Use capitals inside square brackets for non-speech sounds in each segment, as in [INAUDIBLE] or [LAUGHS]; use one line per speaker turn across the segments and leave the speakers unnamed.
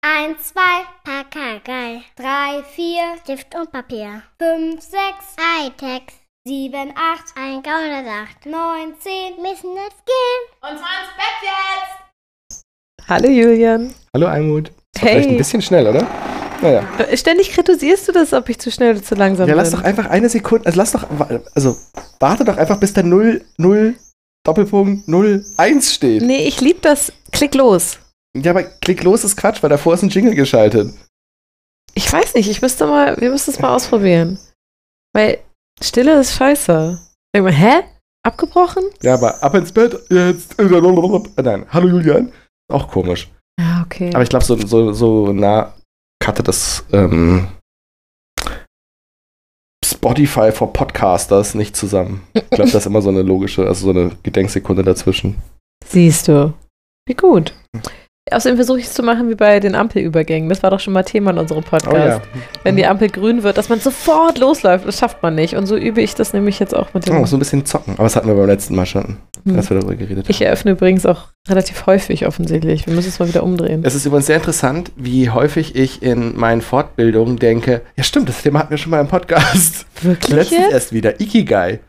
Eins, zwei, Pakagei.
Drei, vier,
Stift und Papier.
fünf, sechs,
Hightech.
sieben, acht,
Ein Gaunersacht.
neun, zehn.
Müssen jetzt gehen.
Und zwar ins Bett jetzt!
Hallo Julian.
Hallo Almut. Das
Hey.
war
Äh,
Vielleicht ein bisschen schnell, oder? Naja.
Ständig kritisierst du das, ob ich zu schnell oder zu langsam
Ja,
bin.
lass doch einfach eine Sekunde, also lass doch, wa- also warte doch einfach, bis da 0, 0, Doppelpunkt 0, 1 steht.
Nee, ich lieb das. Klick los.
Ja, aber klick los ist Quatsch, weil davor ist ein Jingle geschaltet.
Ich weiß nicht, ich müsste mal, wir müssten es mal ausprobieren. Weil Stille ist scheiße. Irgendwann, hä? Abgebrochen?
Ja, aber ab ins Bett, jetzt. Äh, Nein, hallo Julian. Auch komisch.
Ja, Ah, okay.
Aber ich glaube, so, so, so nah cutte das ähm, Spotify for Podcasters nicht zusammen. Ich glaube, das ist immer so eine logische, also so eine Gedenksekunde dazwischen.
Siehst du. Wie gut.
Hm.
Außerdem versuche ich es zu machen wie bei den Ampelübergängen. Das war doch schon mal Thema in unserem
Oh
Podcast. Wenn
Mhm.
die Ampel grün wird, dass man sofort losläuft. Das schafft man nicht. Und so übe ich das nämlich jetzt auch mit dem.
Oh, so ein bisschen zocken. Aber das hatten wir beim letzten Mal schon, als wir darüber geredet haben.
Hm. Ich äh, eröffne übrigens auch relativ häufig offensichtlich. Wir müssen es mal wieder umdrehen.
Es ist übrigens sehr interessant, wie häufig ich in meinen Fortbildungen denke, ja stimmt, das Thema hatten wir schon mal
[LAUGHS]
im Podcast.
Wirklich?
Letztens
jetzt?
erst wieder, Ikigai.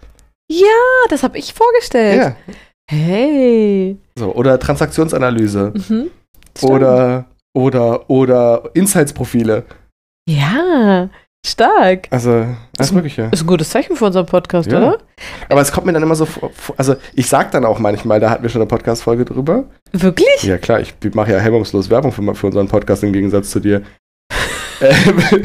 Ah, das habe ich vorgestellt.
Ja.
Hey.
So, oder Transaktionsanalyse.
Mhm. Stimmt.
Oder, oder, oder Insights-Profile.
Ja, stark.
Also, alles
Ist-
Mögliche.
Ist ein gutes Zeichen für unseren Podcast,
Ja.
oder?
Aber es kommt mir dann immer so vor, vor- also ich sag dann auch manchmal, da hatten wir schon eine Podcast-Folge drüber.
Wirklich?
Ja klar, ich mache ja hemmungslos Werbung für, für unseren Podcast im Gegensatz
[LAUGHS]
zu dir. ähm,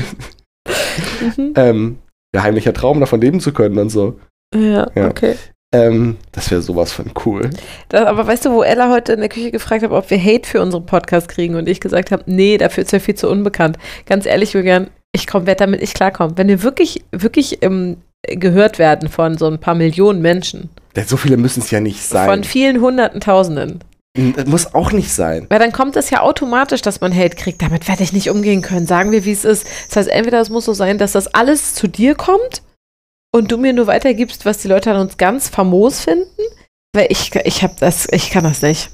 Mhm.
ähm, der heimlicher Traum, davon leben zu können und so.
Ja,
Ja.
okay.
Ähm, das wäre sowas von cool.
Das, aber weißt du, wo Ella heute in der Küche gefragt hat, ob wir Hate für unseren Podcast kriegen und ich gesagt habe, nee, dafür ist ja viel zu unbekannt. Ganz ehrlich, Julian, ich komm, werd damit nicht klarkommen. Wenn wir wirklich, wirklich ähm, gehört werden von so ein paar Millionen Menschen,
Denn so viele müssen es ja nicht
von
sein.
vielen hunderten Tausenden,
Das muss auch nicht sein.
Weil dann kommt es ja automatisch, dass man Hate kriegt. Damit werde ich nicht umgehen können. Sagen wir, wie es ist. Das heißt, entweder es muss so sein, dass das alles zu dir kommt und du mir nur weitergibst, was die Leute an uns ganz famos finden. Weil ich, ich hab das, ich kann das nicht.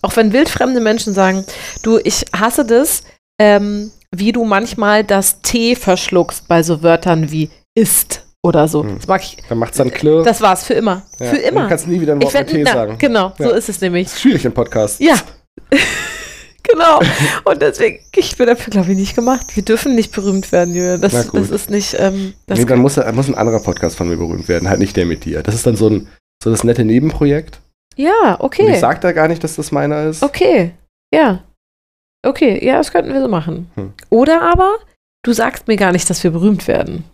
Auch wenn wildfremde Menschen sagen, du, ich hasse das, ähm, wie du manchmal das T verschluckst bei so Wörtern wie ist oder so.
Hm.
Das mag ich.
Dann macht's dann Klirr.
Das war's für immer.
Ja.
Für
Du
immer.
kannst nie wieder ein Wort
Ich
mit
werde
T sagen.
Genau, so
Ja.
ist es nämlich.
Das ist schwierig im Podcast.
Ja. [LAUGHS] genau. Und deswegen, ich bin dafür, glaube ich, nicht gemacht. Wir dürfen nicht berühmt werden, Julian. Das,
Na gut.
das ist nicht. Ähm, das
nee, dann muss, muss ein anderer Podcast von mir berühmt werden, halt nicht der mit dir. Das ist dann so ein so das nette Nebenprojekt.
ja,
Und ich
okay.
sag da gar nicht, dass das meiner ist.
Okay. Ja. Okay, ja, das könnten wir so machen.
Hm.
Oder aber, du sagst mir gar nicht, dass wir berühmt werden.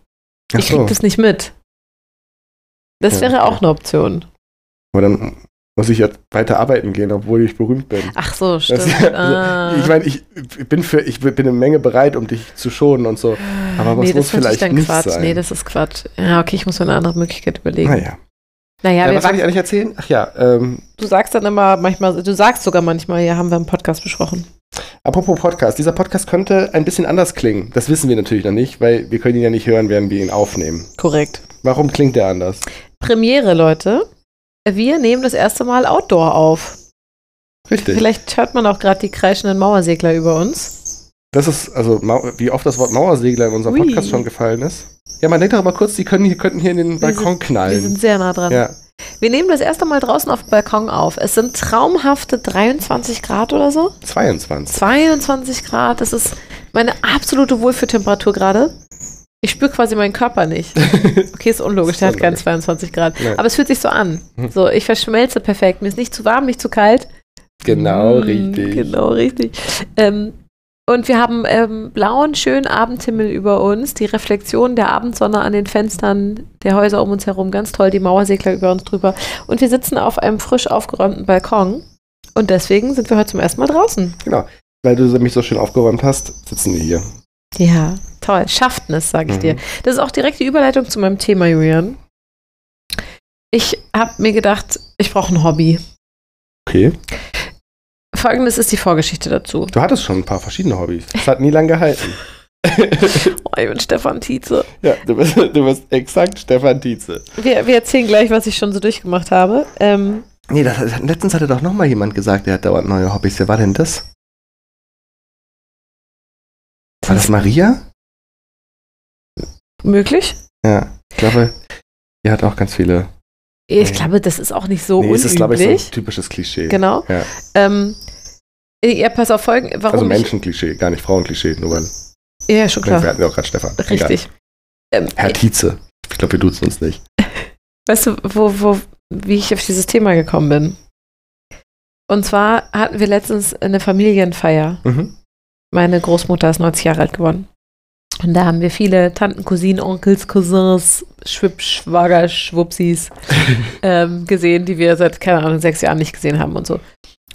Ach
Ich krieg
so.
das nicht mit. Das
Ja,
wäre
okay.
auch eine Option.
Aber dann muss ich jetzt weiter arbeiten gehen, obwohl ich berühmt bin.
Ach so, stimmt.
Das- [LAUGHS] also,
ah.
Ich meine, ich bin für ich bin eine Menge bereit, um dich zu schonen und so. aber
nee, das
was muss
finde ich
vielleicht
dann
nicht
Quatsch.
sein?
Nee, das ist Quatsch. Ja, okay, ich muss mir eine andere Möglichkeit überlegen.
Naja.
Naja,
Ja,
wir
was soll ich eigentlich erzählen? Ach ja, ähm,
Du sagst dann immer manchmal, du sagst sogar manchmal, ja, haben wir im Podcast besprochen.
apropos Podcast. Dieser Podcast könnte ein bisschen anders klingen. Das wissen wir natürlich noch nicht, weil wir können ihn ja nicht hören, während wir ihn aufnehmen.
Korrekt.
Warum klingt der anders?
Premiere, Leute. Wir nehmen das erste Mal Outdoor auf.
Richtig.
Vielleicht hört man auch gerade die kreischenden Mauersegler über uns.
Das ist, also, Mau- wie oft das Wort Mauersegler in unserem
Ui.
Podcast schon gefallen ist. Ja, man denkt doch mal kurz, die können hier, könnten hier in den Balkon
Wir
knallen.
sind sehr nah dran.
Ja,
Wir nehmen das erste Mal draußen auf dem Balkon auf. Es sind traumhafte 23 Grad oder so.
22.
22 Grad. Das ist meine absolute Wohlfühltemperatur gerade. Ich spüre quasi meinen Körper [LAUGHS] nicht. Okay, ist unlogisch, Hm. der hat keinen 22 Grad.
Nein.
Aber es fühlt sich so an. So, ich verschmelze perfekt. Mir ist nicht zu warm, nicht zu kalt.
genau
Mm,
richtig.
Genau richtig. Ähm, und wir haben ähm, blauen, schönen Abendhimmel über uns, die Reflexion der Abendsonne an den Fenstern der Häuser um uns herum, ganz toll, die Mauersegler über uns drüber. Und wir sitzen auf einem frisch aufgeräumten Balkon. Und deswegen sind wir heute zum ersten Mal draußen.
Weil du mich so schön aufgeräumt hast, sitzen wir hier.
Ja, toll. Schafften es, sage ich
Mhm.
dir. Das ist auch direkt die Überleitung zu meinem Thema, Julian. Ich habe mir gedacht, ich brauche ein Hobby.
Okay.
Folgendes ist die Vorgeschichte dazu.
Du hattest schon ein paar verschiedene Hobbys. Das hat nie lang gehalten.
Oh, ich bin Stefan Tietze.
[LAUGHS] ja, du bist, du bist exakt Stefan Tietze.
Wir, wir erzählen gleich, was ich schon so durchgemacht habe. Ähm,
Nee, das, das- letztens hatte doch noch mal jemand gesagt, der hat dauernd neue Hobbys. Wer war denn das? War das Maria?
Möglich?
Ja. Ich glaube, die hat auch ganz viele.
Ich
Nee.
glaube, das ist auch nicht so
nee,
unüblich.
es ist, glaube ich, so ein typisches Klischee.
Genau.
Ja.
Ähm, ja, pass auf Folgen. Warum
Also
ich-
Menschenklischee, gar nicht Frauenklischee, nur weil
Ja, ja, schon
wir
klar.
hatten ja auch gerade Stefan. Egal.
Richtig. Ähm,
Herr Tietze. Ich glaube, wir duzen uns nicht.
Weißt du, wo, wo, wie ich auf dieses Thema gekommen bin? Und zwar hatten wir letztens eine Familienfeier.
Mhm.
Meine Großmutter ist 90 Jahre alt geworden. Und da haben wir viele Tanten, Cousinen, Onkels, Cousins, Schwib, Schwager, Schwupsis ähm, gesehen, die wir seit, keine Ahnung, sechs Jahren nicht gesehen haben und so.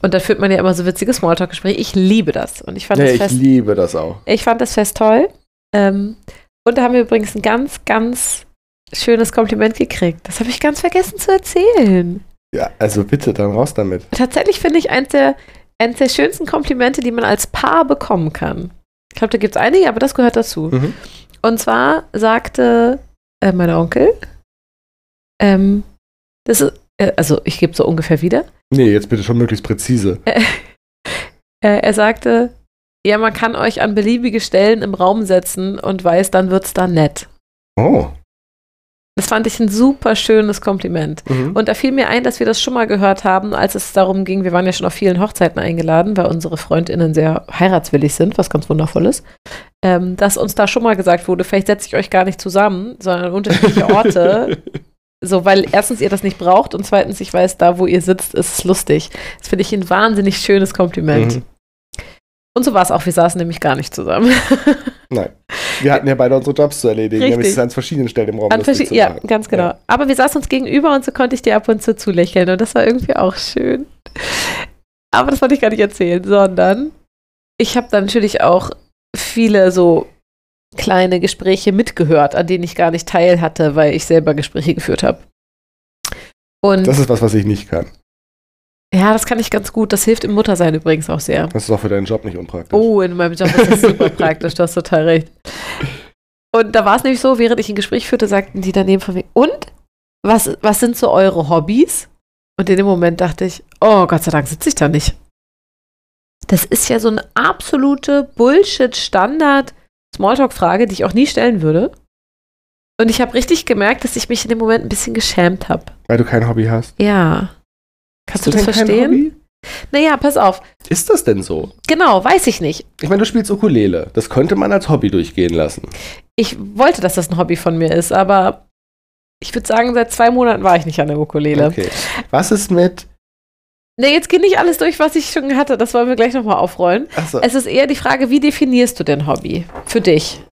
Und da führt man ja immer so witzige Smalltalk-Gespräche. Ich liebe das. Und ich fand
Nee,
das
ich
fest.
liebe das auch.
Ich fand das Fest toll. Ähm, und da haben wir übrigens ein ganz, ganz schönes Kompliment gekriegt. Das habe ich ganz vergessen zu erzählen.
Ja, also bitte, dann raus damit.
Tatsächlich finde ich eins der, eins der schönsten Komplimente, die man als Paar bekommen kann. Ich glaube, da gibt es einige, aber das gehört dazu.
Mhm.
Und zwar sagte äh, mein Onkel, ähm, das ist, äh, also ich gebe so ungefähr wieder,
Nee, jetzt bitte schon möglichst präzise.
äh, er sagte, ja, man kann euch an beliebige Stellen im Raum setzen und weiß, dann wird's da nett.
Oh.
Das fand ich ein super schönes Kompliment.
Mhm.
Und da fiel mir ein, dass wir das schon mal gehört haben, als es darum ging, wir waren ja schon auf vielen Hochzeiten eingeladen, weil unsere Freundinnen sehr heiratswillig sind, was ganz wundervoll ist, ähm, dass uns da schon mal gesagt wurde, vielleicht setze ich euch gar nicht zusammen, sondern an unterschiedliche
[LAUGHS]
Orte. so, weil erstens ihr das nicht braucht und zweitens, ich weiß, da wo ihr sitzt, ist es lustig. Das finde ich ein wahnsinnig schönes Kompliment.
Mhm.
Und so war es auch, wir saßen nämlich gar nicht zusammen. [LAUGHS]
Nein. Wir hatten ja beide unsere Jobs zu erledigen. Wir haben
Richtig.
es an verschiedenen Stellen im Raum.
An
lustig
verschi-
um zu
ja,
machen.
ganz genau.
Ja.
Aber wir saßen uns gegenüber und so konnte ich dir ab und zu zulächeln und das war irgendwie auch schön. Aber das wollte ich gar nicht erzählen, sondern ich habe da natürlich auch viele so kleine Gespräche mitgehört, an denen ich gar nicht teil hatte, weil ich selber Gespräche geführt habe. Und
Das ist was, was ich nicht kann.
ja, das kann ich ganz gut. Das hilft im Muttersein übrigens auch sehr.
Das ist auch für deinen Job nicht unpraktisch.
Oh, in meinem Job ist das
[LAUGHS]
super praktisch, du hast total recht. Und da war es nämlich so, während ich ein Gespräch führte, sagten die daneben von mir, und? Was, was sind so eure Hobbys? Und in dem Moment dachte ich, oh Gott sei Dank sitze ich da nicht. Das ist ja so eine absolute Bullshit-Standard-Smalltalk-Frage, die ich auch nie stellen würde. Und ich habe richtig gemerkt, dass ich mich in dem Moment ein bisschen geschämt habe.
Weil du kein Hobby hast.
Ja. Kannst du das
denn kein
verstehen?
Hobby?
Naja, pass auf.
Ist das denn so?
Genau, weiß ich nicht.
Ich meine, du spielst Ukulele. Das könnte man als Hobby durchgehen lassen.
ich wollte, dass das ein Hobby von mir ist, aber ich würde sagen, seit zwei Monaten war ich nicht an der Ukulele.
Okay. Was ist mit.
Nee, jetzt geht nicht alles durch, was ich schon hatte. Das wollen wir gleich nochmal aufrollen.
Achso.
Es ist eher die Frage, wie definierst du denn Hobby für dich?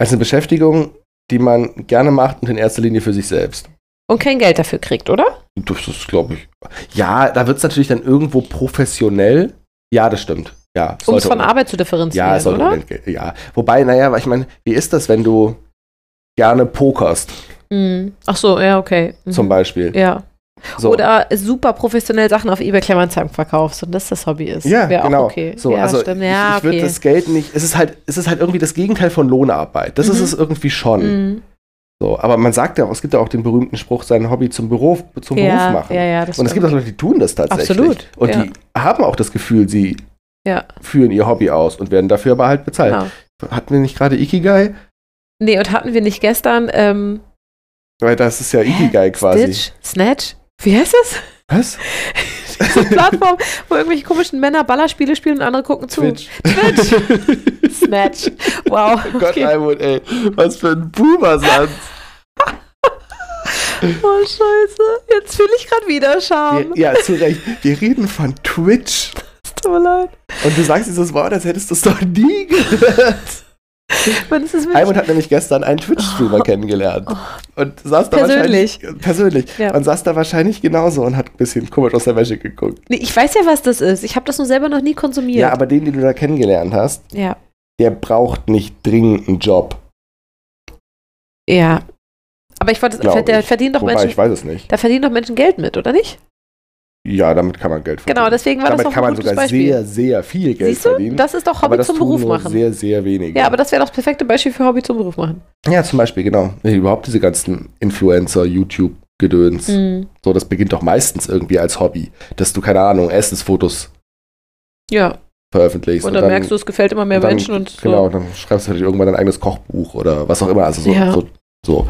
Als eine Beschäftigung, die man gerne macht und in erster Linie für sich selbst.
Und kein Geld dafür kriegt, oder?
Das ist, glaube ich. Ja, da wird es natürlich dann irgendwo professionell. Ja, das stimmt. Ja,
Um es
sollte
von
un-
Arbeit zu differenzieren,
Ja, es sollte
oder?
unentgelt- Ja. Wobei, naja, weil ich meine, wie ist das, wenn du gerne pokerst,
Mhm. Ach so, ja, okay. Mhm.
zum Beispiel?
Ja.
So.
Oder super professionell Sachen auf eBay Kleinanzeigen verkaufst und das das Hobby ist.
ja,
Wär
genau.
Auch okay.
So,
ja,
also
stimmt.
ich,
Ja,
ich würde
okay.
das Geld nicht. Es ist halt, es ist halt irgendwie das Gegenteil von Lohnarbeit. Das ist
Mhm.
es irgendwie schon.
Mhm.
So, aber man sagt ja auch, es gibt ja auch den berühmten Spruch, sein Hobby zum Beruf, zum
ja,
Beruf machen.
Ja, ja, das
Und es gibt
stimmt.
auch Leute, die tun das tatsächlich.
Absolut,
Und
ja.
die haben auch das Gefühl, sie
Ja.
führen ihr Hobby aus und werden dafür aber halt bezahlt.
Genau.
Hatten wir nicht gerade Ikigai?
Nee, und hatten wir nicht gestern ähm,
Weil das ist ja Ikigai quasi.
Stitch? Snatch? Wie heißt das?
[LAUGHS] Was?
so eine Plattform, wo irgendwelche komischen Männer Ballerspiele spielen und andere gucken zu.
Twitch.
[LAUGHS] Snatch. Wow.
Oh Gott,
Okay.
Almut, ey, was für ein Boomersatz.
Oh, scheiße. Jetzt fühle ich gerade wieder Scham.
Ja, zu Recht. Wir reden von Twitch.
Es tut mir leid.
Und du sagst dieses Wort, als hättest du es noch nie gehört.
Man, es ist wirklich
Almut hat nämlich gestern einen Twitch-Streamer kennengelernt. Und saß da
Oh. Persönlich.
wahrscheinlich. Persönlich.
Ja.
Und saß da wahrscheinlich genauso und hat ein bisschen komisch aus der Wäsche geguckt.
nee, ich weiß ja, was das ist. Ich habe das nur selber noch nie konsumiert.
Ja, aber den, den du da kennengelernt hast,
ja.
der braucht nicht dringend einen Job.
ja. Aber ich wollte,
Glaub
ver- der
ich.
verdienen doch
Wobei,
Menschen,
ich weiß es nicht.
da verdienen doch Menschen Geld mit, oder nicht?
Ja, damit kann man Geld verdienen.
Genau, deswegen war
damit
das doch
kann
ein
man
gutes
sogar
Beispiel.
sehr, sehr viel Geld
Siehst du,
verdienen.
das ist doch
aber
Hobby
das
zum
tun
Beruf
nur
machen.
sehr, sehr wenige.
ja, aber das wäre doch das perfekte Beispiel für Hobby zum Beruf machen.
Ja, zum Beispiel, genau. Nee, Überhaupt diese ganzen Influencer, YouTube-Gedöns.
Mhm.
So, das beginnt doch meistens irgendwie als Hobby, dass du, keine Ahnung, Essensfotos
Ja,
veröffentlichst.
Und dann, merkst du, es gefällt immer mehr
und dann-
Menschen und so.
Genau, dann schreibst du natürlich irgendwann dein eigenes Kochbuch oder was auch immer. Also so.
Ja.
so, so.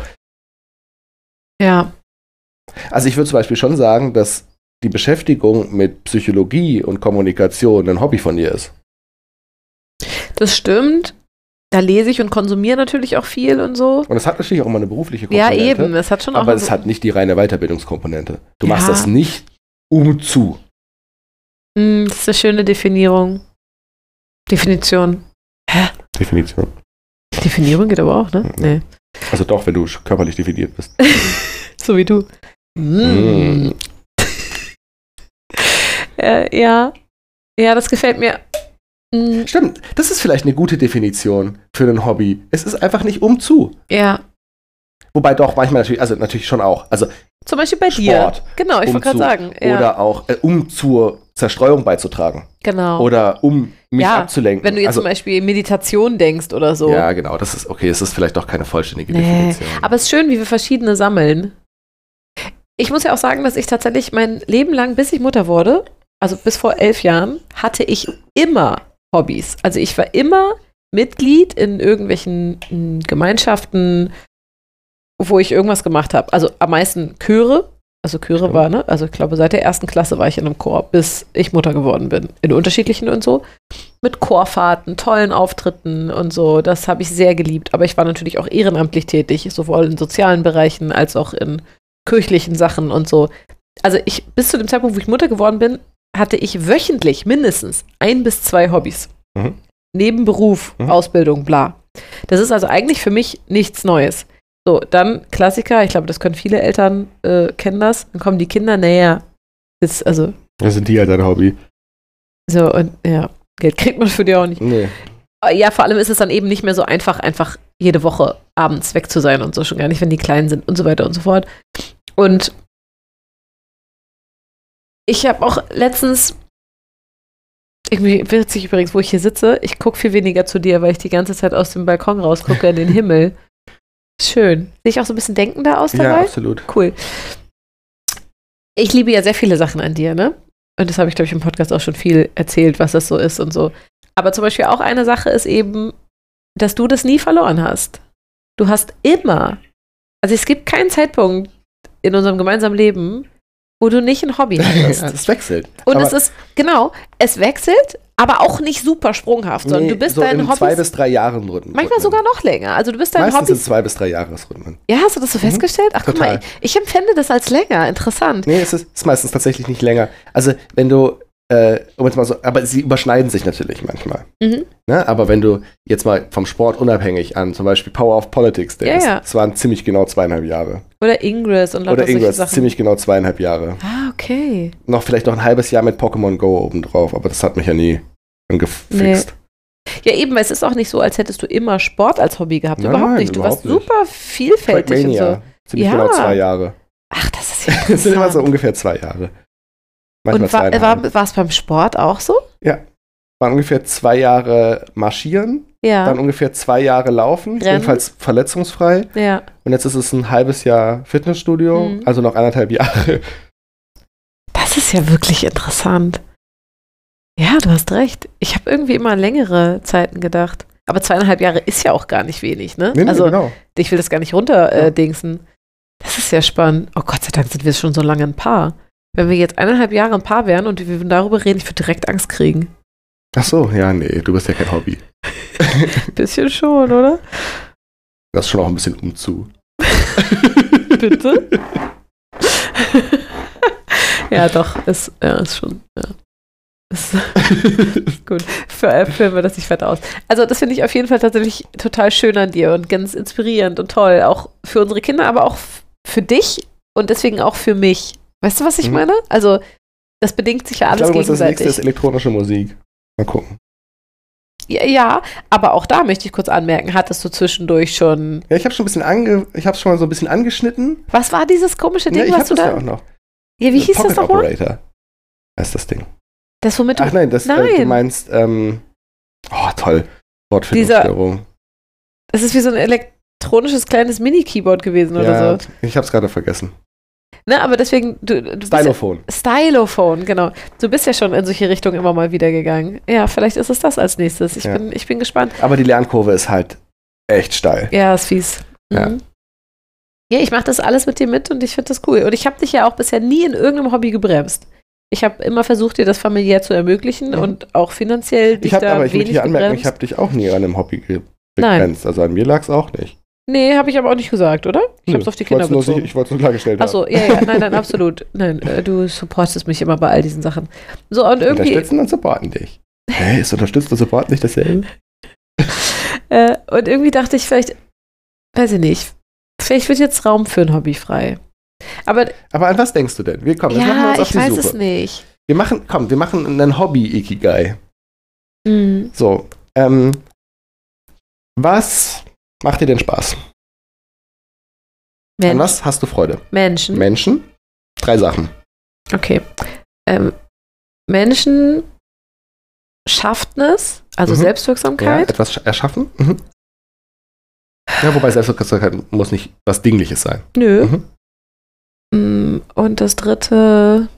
Ja,
Also ich würde zum Beispiel schon sagen, dass die Beschäftigung mit Psychologie und Kommunikation ein Hobby von dir ist.
das stimmt. Da lese ich und konsumiere natürlich auch viel und so.
Und es hat natürlich auch immer eine berufliche
Ja,
Komponente.
eben. Es hat schon auch.
Aber
eine-
es hat nicht die reine Weiterbildungskomponente. Du
Ja.
machst das nicht um zu.
Mm, das ist eine schöne Definierung. Definition.
Definition.
Definierung geht aber auch, ne? Nee.
Also doch, wenn du sch- körperlich definiert bist.
So wie du. Mm.
Mm.
Äh, ja. Ja, das gefällt mir. Mm,
Stimmt, das ist vielleicht eine gute Definition für ein Hobby. Es ist einfach nicht um zu.
ja.
Wobei doch manchmal natürlich, also natürlich schon auch. Also
Zum Beispiel bei dir.
Sport.
Genau, ich
Um
wollte gerade
zu.
sagen. Ja,
Oder auch, äh, um zur Zerstreuung beizutragen.
genau.
Oder um mich
Ja,
abzulenken.
Wenn du jetzt
also,
zum Beispiel Meditation denkst oder so.
Ja, genau. Das ist, okay, es ist vielleicht doch keine vollständige
Nee,
Definition.
Aber es ist schön, wie wir verschiedene sammeln. Ich muss ja auch sagen, dass ich tatsächlich mein Leben lang, bis ich Mutter wurde, also bis vor elf Jahren, hatte ich immer Hobbys. Also ich war immer Mitglied in irgendwelchen mm, Gemeinschaften, wo ich irgendwas gemacht habe. Also am meisten Chöre. Also Chöre war, ne? Also ich glaube, seit der ersten Klasse war ich in einem Chor, bis ich Mutter geworden bin. In unterschiedlichen und so. Mit Chorfahrten, tollen Auftritten und so. Das habe ich sehr geliebt. Aber ich war natürlich auch ehrenamtlich tätig, sowohl in sozialen Bereichen als auch in kirchlichen Sachen und so. Also ich, bis zu dem Zeitpunkt, wo ich Mutter geworden bin, hatte ich wöchentlich mindestens ein bis zwei Hobbys.
Mhm.
Neben Beruf,
Mhm.
Ausbildung, bla. Das ist also eigentlich für mich nichts Neues. So, dann Klassiker, ich glaube, das können viele Eltern äh, kennen das. Dann kommen die Kinder näher. Ist, also,
das sind die halt dein Hobby.
so, und ja, Geld kriegt man für die auch nicht.
Nee.
Äh, Ja, vor allem ist es dann eben nicht mehr so einfach, einfach jede Woche abends weg zu sein und so, schon gar nicht, wenn die klein sind und so weiter und so fort. Und ich habe auch letztens, irgendwie witzig übrigens, wo ich hier sitze, ich gucke viel weniger zu dir, weil ich die ganze Zeit aus dem Balkon rausgucke in den Himmel. Schön. Sehe ich auch so ein bisschen denkender aus
Ja,
dabei?
absolut.
Cool. Ich liebe ja sehr viele Sachen an dir, ne? Und das habe ich, glaube ich, im Podcast auch schon viel erzählt, was das so ist und so. Aber zum Beispiel auch eine Sache ist eben, dass du das nie verloren hast. Du hast immer, also es gibt keinen Zeitpunkt in unserem gemeinsamen Leben, wo du nicht ein Hobby
[LAUGHS]
hattest.
Das, das wechselt.
Und
Aber
es ist, genau, es wechselt, aber auch nicht super sprunghaft, sondern
nee,
du bist
so
dein
in zwei
Hobby.
bis drei Jahren Rhythmen.
Manchmal sogar noch länger. Also du bist dein
Meistens
Hobby.
in zwei bis drei Jahresrhythmen.
Ja, hast du das so festgestellt? Ach, guck mal,
Total.
ich, ich empfände das als länger. Interessant.
Nee, es ist, ist meistens tatsächlich nicht länger. Also, wenn du, äh, um jetzt mal so, aber sie überschneiden sich natürlich manchmal.
Mhm.
Ne? Aber wenn du jetzt mal vom Sport unabhängig an, zum Beispiel Power of Politics denkst,
Ja, ja.
das waren ziemlich genau zweieinhalb Jahre.
Oder Ingress und lauter
Oder
solche
irgendwas,
Sachen.
ziemlich genau zweieinhalb Jahre.
ah, okay.
Noch vielleicht noch ein halbes Jahr mit Pokémon Go obendrauf, aber das hat mich ja nie angefixt.
Ja, eben, weil es ist auch nicht so, als hättest du immer Sport als Hobby gehabt.
Nein,
überhaupt nicht. Du warst
überhaupt nicht.
super vielfältig und so.
ziemlich
Ja.
genau zwei Jahre. [LAUGHS]
Ach, das ist ja
Das sind immer so
interessant.
ungefähr zwei Jahre.
Und war es
zweieinhalb.
war, war's beim Sport auch so?
Waren ungefähr zwei Jahre marschieren,
Ja.
dann ungefähr zwei Jahre laufen,
Rennen.
jedenfalls verletzungsfrei.
ja.
Und jetzt ist es ein halbes Jahr Fitnessstudio,
Mhm.
also noch anderthalb Jahre.
Das ist ja wirklich interessant. Ja, du hast recht. Ich habe irgendwie immer an längere Zeiten gedacht. Aber zweieinhalb Jahre ist ja auch gar nicht wenig, ne?
Nee, nee,
also,
genau.
ich will das gar nicht runterdingsen.
Ja.
Äh, dingsen. das ist ja spannend. Oh Gott sei Dank sind wir schon so lange ein Paar. Wenn wir jetzt eineinhalb Jahre ein Paar wären und wir würden darüber reden, ich würde direkt Angst kriegen.
Ach so, ja, nee, du bist ja kein Hobby.
Bisschen schon, oder?
Das ist schon auch ein bisschen umzu.
[LAUGHS] Bitte? [LAUGHS] ja, doch, ist, ja, ist schon. Ja. Ist,
[LAUGHS]
gut, Für- führen wir das nicht weiter aus. Also, das finde ich auf jeden Fall tatsächlich total schön an dir und ganz inspirierend und toll. Auch für unsere Kinder, aber auch f- für dich und deswegen auch für mich. Weißt du, was ich
Mhm.
meine? Also, das bedingt sich ja
ich
alles
glaube, das
gegenseitig.
nächste ist elektronische Musik. Mal gucken.
ja, ja, aber auch da möchte ich kurz anmerken, hattest du zwischendurch schon.
Ja, ich habe schon ein bisschen ange ich habe schon mal so ein bisschen angeschnitten.
Was war dieses komische
Ja,
Ding,
ich
was
habe
du
das
da.
ja auch noch.
ja, wie hieß
Pocket
das nochmal?
Operator. Das ist das Ding.
Das, womit du
Ach nein, das Äh, du
Nein.
meinst ähm, Oh, toll. Wortfindungsstörung.
Es ist wie so ein elektronisches kleines Mini-Keyboard gewesen oder so.
Ich habe es gerade vergessen.
Ne, aber deswegen, du, du bist ja,
Stylophon.
Stylophone, genau. Du bist ja schon in solche Richtungen immer mal wieder gegangen. Ja, vielleicht ist es das als nächstes. Ich,
Ja.
bin, ich bin gespannt.
Aber die Lernkurve ist halt echt steil.
Ja, ist fies.
Ja.
Mhm. Ja, ich mache das alles mit dir mit und ich finde das cool. Und ich habe dich ja auch bisher nie in irgendeinem Hobby gebremst. Ich habe immer versucht, dir das familiär zu ermöglichen
Mhm.
und auch finanziell dich
Ich habe
da
aber, ich
wenig
möchte hier anmerken,
gebremst.
ich habe dich auch nie an einem Hobby ge-
Nein.
begrenzt. Also an mir lag es auch nicht.
nee, habe ich aber auch nicht gesagt, oder? Ich habe es
Nö,
auf die Kinder
wollt's nur,
bezogen.
sich- Ich wollte es nur klargestellt haben.
Achso, ja, ja, nein, nein, absolut. Nein, äh, du supportest mich immer bei all diesen Sachen. So, und irgendwie,
Unterstützen und supporten dich. Hä, ist unterstützen und supporten nicht dasselbe?
äh, und irgendwie dachte ich vielleicht, weiß ich nicht, vielleicht wird jetzt Raum für ein Hobby frei. Aber
Aber an was denkst du denn? Wir kommen, jetzt machen wir
ja,
uns auf
ich
die
weiß
Suche.
es nicht.
Wir machen, komm, wir machen einen Hobby-Ikigai.
Hm.
So, ähm, was macht dir denn Spaß? An
Mensch, Hm?
was hast du Freude?
Menschen.
Menschen? Drei Sachen.
Okay. Ähm, Menschen schafften es, also
Mhm. Ja,
Selbstwirksamkeit.
etwas sch- erschaffen? Mhm. Ja, wobei Selbstwirksamkeit muss nicht was Dingliches sein.
Nö.
Mhm.
Mm, Und das dritte.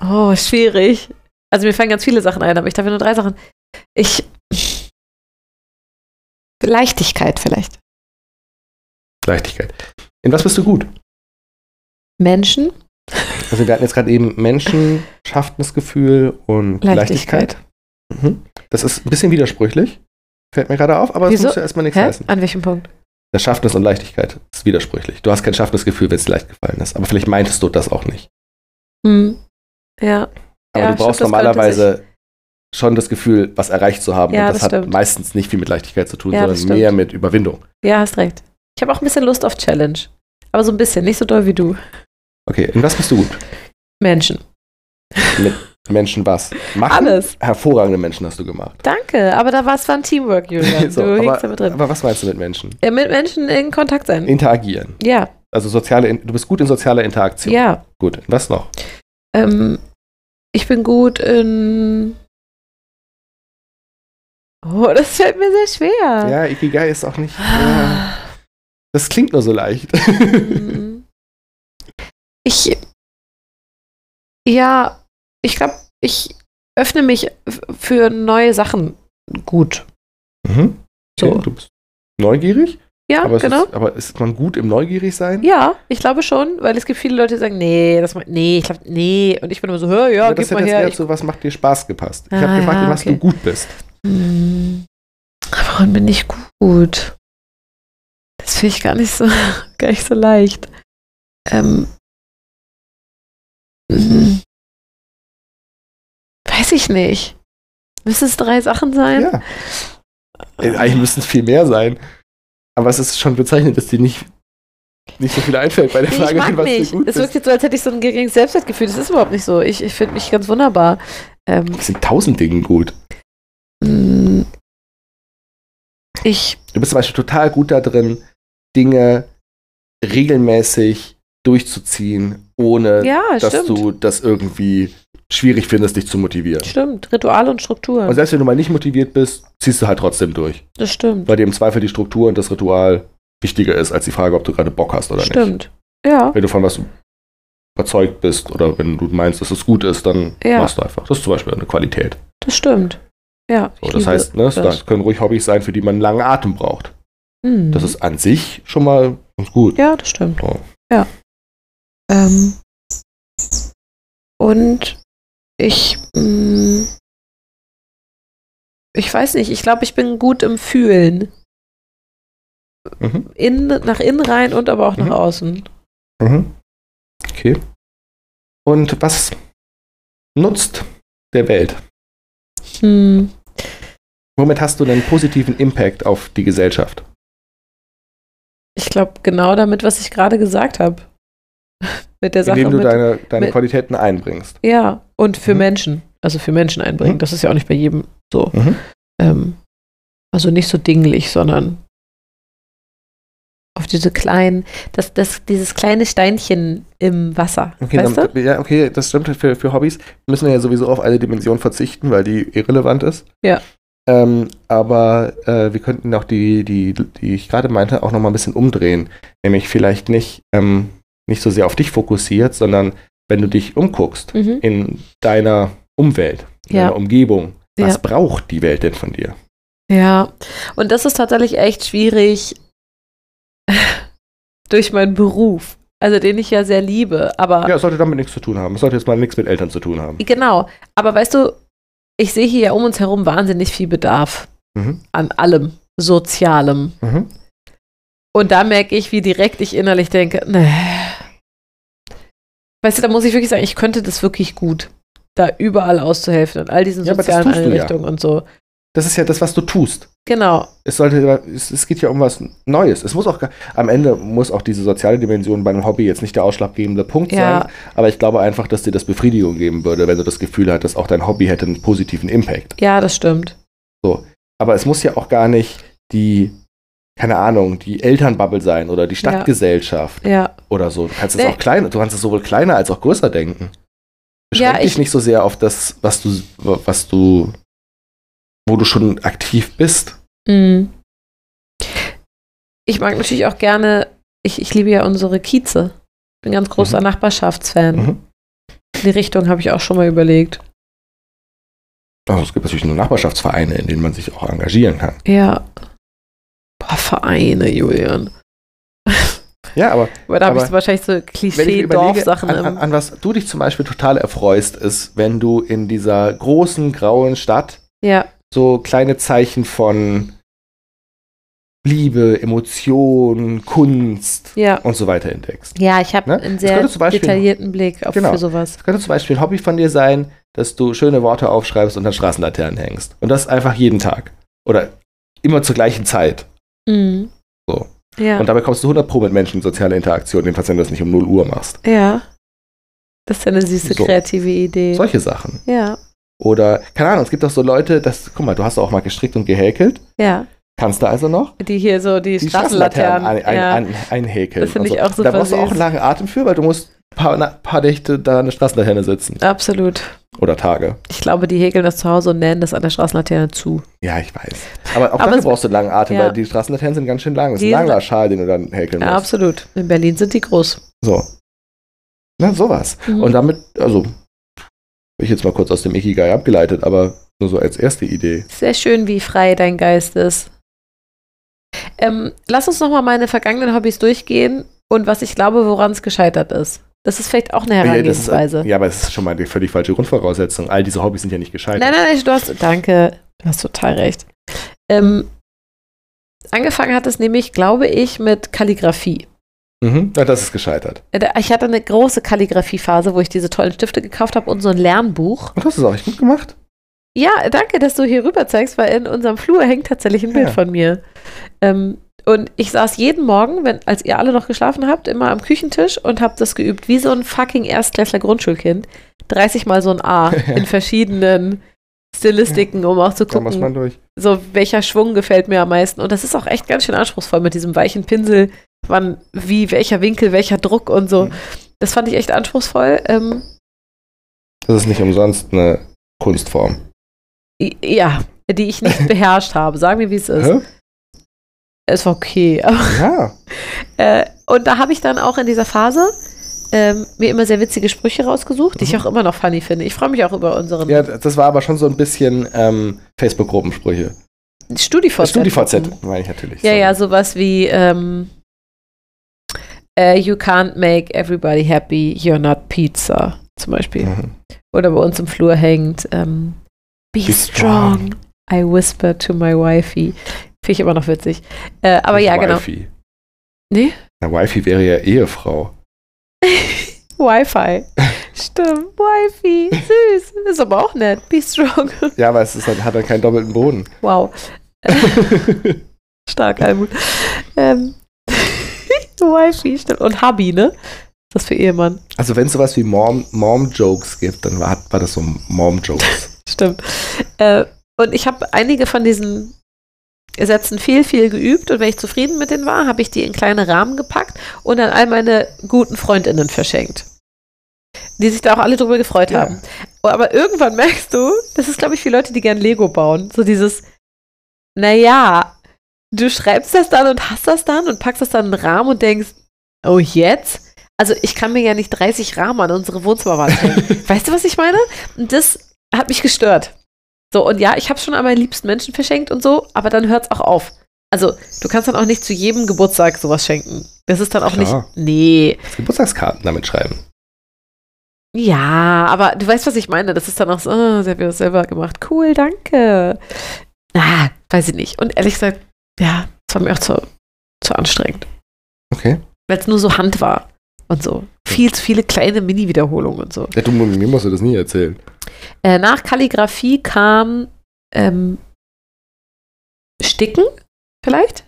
Oh, schwierig. Also mir fallen ganz viele Sachen ein, aber ich darf ja nur drei Sachen. Ich. Leichtigkeit vielleicht.
Leichtigkeit. In was bist du gut?
Menschen.
Also wir hatten jetzt gerade eben Menschen, Schaffensgefühl und Leichtigkeit.
Leichtigkeit.
Mhm. Das ist ein bisschen widersprüchlich. Fällt mir gerade auf, aber das
Wieso?
muss ja erstmal nichts
Hä?
heißen.
An welchem Punkt?
Das Schaffnis und Leichtigkeit ist widersprüchlich. Du hast kein Schaffnisgefühl, wenn es dir leicht gefallen ist. Aber vielleicht meintest du das auch nicht.
Hm. Ja.
Aber
Ja,
du brauchst
stimmt, das könnte
normalerweise schon das Gefühl, was erreicht zu haben.
Ja,
und das,
das
hat
stimmt.
meistens nicht viel mit Leichtigkeit zu tun,
Ja, das
sondern mehr mit Überwindung.
Ja, hast recht. Ich habe auch ein bisschen Lust auf Challenge. Aber so ein bisschen, nicht so doll wie du.
Okay, in was bist du gut?
Menschen.
Menschen was? Machen?
Alles.
Hervorragende Menschen hast du gemacht.
Danke, aber da war es war ein Teamwork, Julian.
[LAUGHS] So,
du
aber,
hängst damit drin.
aber was meinst du mit Menschen?
Ja, mit Menschen in Kontakt sein.
Interagieren.
Ja,
Also soziale, In- du bist gut in sozialer Interaktion.
ja.
Gut, was noch?
Ähm, ich bin gut in. Oh, das fällt mir sehr schwer.
Ja, Ikigai ist auch nicht.
Ah.
äh, das klingt nur
[LAUGHS]
so leicht.
Mm. Ich. Ja, ich glaube, ich öffne mich f- für neue Sachen gut.
Mhm.
So.
du bist neugierig,
Ja,
aber, es
genau.
ist, aber ist man gut im neugierig sein?
Ja, ich glaube schon, weil es gibt viele Leute, die sagen, nee, das ma- nee, ich glaube, nee. Und ich bin immer so, hör, ja,
das
gib mal
hat jetzt
her.
eher
Ich,
zu, was macht dir Spaß gepasst. Ich
Ah,
habe gefragt,
ja,
in was
okay.
du gut bist.
Hm, warum bin ich gut? Das finde ich gar nicht so, [LAUGHS] gar nicht so leicht. Ähm, hm, weiß ich nicht. Müssen es drei Sachen sein?
Ja. Äh, Eigentlich müssten es viel mehr sein. Aber es ist schon bezeichnend, dass dir nicht, nicht so viel einfällt bei der
Nee,
Frage,
ich mag
in was
mich.
du gut
Es
bist.
wirkt jetzt so, als hätte ich so ein geringes Selbstwertgefühl. Das ist überhaupt nicht so. Ich, ich finde mich ganz wunderbar. Ähm,
Wir sind tausend Dingen gut.
Mm. Ich,
Du bist zum Beispiel total gut da drin, Dinge regelmäßig durchzuziehen, ohne
ja,
dass
stimmt.
du das irgendwie schwierig findest, dich zu motivieren.
Stimmt, Ritual und Struktur.
Und selbst wenn du mal nicht motiviert bist, ziehst du halt trotzdem durch.
das stimmt.
Weil dir im Zweifel die Struktur und das Ritual wichtiger ist, als die Frage, ob du gerade Bock hast oder nicht.
Stimmt. Ja,
Wenn du von was überzeugt bist oder wenn du meinst, dass es gut ist, dann
Ja.
machst du einfach. Das ist zum Beispiel eine Qualität.
das stimmt. Ja,
So,
ich
das
liebe
heißt, ne,
das.
das können ruhig Hobbys sein, für die man einen langen Atem braucht.
Mhm.
Das ist Oh. an sich schon mal ganz gut.
Ja, das stimmt.
So.
Ja. Ähm. Und ich. mm, ich weiß nicht, ich glaube, ich bin gut im Fühlen.
Mhm.
In, nach innen rein und aber auch
Mhm.
nach außen.
Mhm. Okay. Und was nutzt der Welt?
Hm.
Womit hast du einen positiven Impact auf die Gesellschaft?
Ich glaube, genau damit, was ich gerade gesagt habe. [LAUGHS] mit der Sache.
indem du
mit,
deine, deine
mit-
Qualitäten einbringst.
Ja, und für
Mhm.
Menschen. Also für Menschen einbringen.
Mhm.
Das ist ja auch nicht bei jedem so. Ähm, also nicht so dinglich, sondern auf diese kleinen, das, das, dieses kleine Steinchen im Wasser.
Okay,
weißt
dann,
du?
ja, okay, das stimmt. Für, für Hobbys müssen wir ja sowieso auf eine Dimension verzichten, weil die irrelevant ist.
Ja.
Ähm, aber äh, wir könnten auch die, die, die ich gerade meinte, auch nochmal ein bisschen umdrehen. Nämlich vielleicht nicht, ähm, nicht so sehr auf dich fokussiert, sondern wenn du dich umguckst
Mhm.
in deiner Umwelt, in
Ja.
deiner Umgebung. Was
Ja.
braucht die Welt denn von dir?
Ja, und das ist tatsächlich echt schwierig [LAUGHS] durch meinen Beruf, also den ich ja sehr liebe. Aber
Ja, es sollte damit nichts zu tun haben. Es sollte jetzt mal nichts mit Eltern zu tun haben.
genau, aber weißt du, ich sehe hier ja um uns herum wahnsinnig viel Bedarf
Mhm.
an allem Sozialem.
Mhm.
Und da merke ich, wie direkt ich innerlich denke, nee. Weißt du, da muss ich wirklich sagen, ich könnte das wirklich gut, da überall auszuhelfen und all diesen
Ja, aber das
sozialen
tust du ja.
Einrichtungen und so.
Das ist ja das, was du tust.
Genau,
es sollte, ja- es, es geht ja um was Neues. Es muss auch, gar- am Ende muss auch diese soziale Dimension bei einem Hobby jetzt nicht der ausschlaggebende Punkt
Ja.
sein. Aber ich glaube einfach, dass dir das Befriedigung geben würde, wenn du das Gefühl hattest, auch dein Hobby hätte einen positiven Impact.
ja, das stimmt.
Aber es muss ja auch gar nicht die, keine Ahnung, die Elternbubble sein oder die Stadtgesellschaft
Ja,
oder so. Du kannst es
Nee.
auch kleiner, du kannst es sowohl kleiner als auch größer denken. Beschränk
Ja, ich-
dich nicht so sehr auf das, was du, was du, wo du schon aktiv bist.
Mhm. Ich mag natürlich auch gerne, ich, ich liebe ja unsere Kieze. Ich bin ganz großer Nachbarschaftsfan.
Mhm.
Die Richtung habe ich auch schon mal überlegt.
Also es gibt natürlich nur Nachbarschaftsvereine, in denen man sich auch engagieren kann.
Ja. Boah, Vereine, Julian. [LAUGHS]
Ja, aber
Aber da habe
Aber
ich so wahrscheinlich so
wenn ich mir überlege,
Klischee-Dorfsachen
an, an,
im.
an was du dich zum Beispiel total erfreust, ist, wenn du in dieser großen grauen Stadt
Ja,
so kleine Zeichen von Liebe, Emotion, Kunst
ja.
und so weiter entdeckst.
Ja, ich habe
Ne?
einen
Das
sehr
könnte zum Beispiel-
detaillierten Blick auf
Genau.
für sowas.
Es könnte zum Beispiel ein Hobby von dir sein, dass du schöne Worte aufschreibst und an Straßenlaternen hängst. Und das einfach jeden Tag. Oder immer zur gleichen Zeit.
Mhm.
So.
Ja,
Und dabei kommst du 100 Pro mit Menschen in soziale Interaktion, jedenfalls wenn du das nicht um 0 Uhr machst.
ja. Das ist ja eine süße
So.
kreative Idee.
Solche Sachen.
Ja,
Oder, keine Ahnung, es gibt auch so Leute, das, guck mal, du hast auch mal gestrickt und gehäkelt.
ja.
Kannst du also noch?
Die hier so, die, Straßenlaternen.
ein, ein,
ja.
ein, einhäkeln.
Das finde
und
ich auch super
Da brauchst du auch
süß.
einen langen Atem für, weil du musst ein paar, na, paar Nächte da an der Straßenlaterne sitzen.
Absolut.
Oder Tage.
Ich glaube, die häkeln das zu Hause und nähen das an der Straßenlaterne zu.
Ja, ich weiß. Aber auch
Aber
dafür
es-
brauchst du einen langen Atem,
ja.
weil die Straßenlaternen sind ganz schön lang. Das ist ein
Die sind-
langer Schal, den du dann häkeln
Ja,
musst.
absolut. In Berlin sind die groß.
So. Na, sowas.
Mhm.
Und damit, also, bin ich jetzt mal kurz aus dem Ikigai abgeleitet, aber nur so als erste Idee.
Sehr schön, wie frei dein Geist ist. Ähm, lass uns nochmal meine vergangenen Hobbys durchgehen und was ich glaube, woran es gescheitert ist. Das ist vielleicht auch eine
Ja, Oh das ist-
Herangehensweise.
Ja, aber es ist schon mal die völlig falsche Grundvoraussetzung. All diese Hobbys sind ja nicht gescheitert.
Nein, nein, nein, du hast, danke, du hast total recht. Ähm, angefangen hat es nämlich, glaube ich, mit Kalligrafie.
Mhm. Ja, das ist gescheitert.
Äh, da- Ich hatte eine große Kalligrafiephase, wo ich diese tollen Stifte gekauft habe und so ein Lernbuch.
Und das ist auch echt gut gemacht.
Ja, danke, dass du hier rüber zeigst, weil in unserem Flur hängt tatsächlich ein Bild
Ja.
von mir. Ähm, und ich saß jeden Morgen, wenn, als ihr alle noch geschlafen habt, immer am Küchentisch und hab das geübt, wie so ein fucking Erstklässler Grundschulkind. 30 mal so ein
[LAUGHS]
A in verschiedenen Stilistiken, um auch zu
Da muss
gucken,
man durch.
so welcher Schwung gefällt mir am meisten. Und das ist auch echt ganz schön anspruchsvoll mit diesem weichen Pinsel, wann, wie, welcher Winkel, welcher Druck und so.
Mhm.
Das fand ich echt anspruchsvoll. Ähm,
Das ist nicht umsonst eine Kunstform.
i- ja, die ich
[LAUGHS]
nicht beherrscht habe. Sagen wir, wie es ist.
Hä?
Es war okay. [LAUGHS] Aber,
Ja.
äh, und da habe ich dann auch in dieser Phase ähm, mir immer sehr witzige Sprüche rausgesucht, die ich auch immer noch funny finde. Ich freue mich auch über unseren
Mhm. ja, das war aber schon so ein bisschen ähm, Facebook-Gruppensprüche.
StudiVZ.
StudiVZ meine ich natürlich.
Ja,
So.
ja, sowas wie ähm, äh, You can't make everybody happy, you're not pizza, zum Beispiel.
Mhm.
Oder bei uns im Flur hängt ähm, Be,
Be
strong.
strong.
I whisper to my wifey. Finde ich immer noch witzig. Äh, aber
Nicht
ja, genau.
Wifi.
Nee?
Na, Wifi wäre ja Ehefrau. [LAUGHS]
Wi-Fi. Stimmt, Wi-Fi. Süß. Ist aber auch nett. Be strong. [LAUGHS]
Ja, aber es ist halt, hat dann keinen doppelten Boden.
Wow. Stark, Almut. Ähm, [LAUGHS] Wi-Fi, stimmt. Und Hubby, ne? Das für Ehemann.
also wenn es sowas wie Mom- Mom-Jokes gibt, dann war, war das so Mom-Jokes.
Stimmt. Äh, und ich habe einige von diesen Sätzen viel, viel geübt und wenn ich zufrieden mit denen war, habe ich die in kleine Rahmen gepackt und an all meine guten Freundinnen verschenkt. Die sich da auch alle drüber gefreut Oh,
Ja.
[LAUGHS] haben. Aber irgendwann merkst du, das ist, glaube ich, für Leute, die gern Lego bauen. So dieses, naja, du schreibst das dann und hast das dann und packst das dann in den Rahmen und denkst, oh jetzt? Also ich kann mir ja nicht 30 Rahmen an unsere Wohnzimmerwand hängen. weißt du, was ich meine? Und das hat mich gestört. So, und ja, ich habe schon an meinen liebsten Menschen verschenkt und so, aber dann hört's auch auf. Also, du kannst dann auch nicht zu jedem Geburtstag sowas schenken. Das ist dann auch
Klar.
nicht. Nee.
Als Geburtstagskarten damit schreiben.
Ja, aber du weißt, was ich meine. Das ist dann auch so, oh, sie hat mir das selber gemacht. Cool, danke. Ah, weiß ich nicht. Und ehrlich gesagt, ja, es war mir auch zu, zu anstrengend,
Okay.
weil es nur so Hand war und so. Viel zu viele kleine Mini-Wiederholungen und so.
Ja, du, mir musst du das nie erzählen.
Äh, nach Kalligrafie kam ähm, Sticken, vielleicht?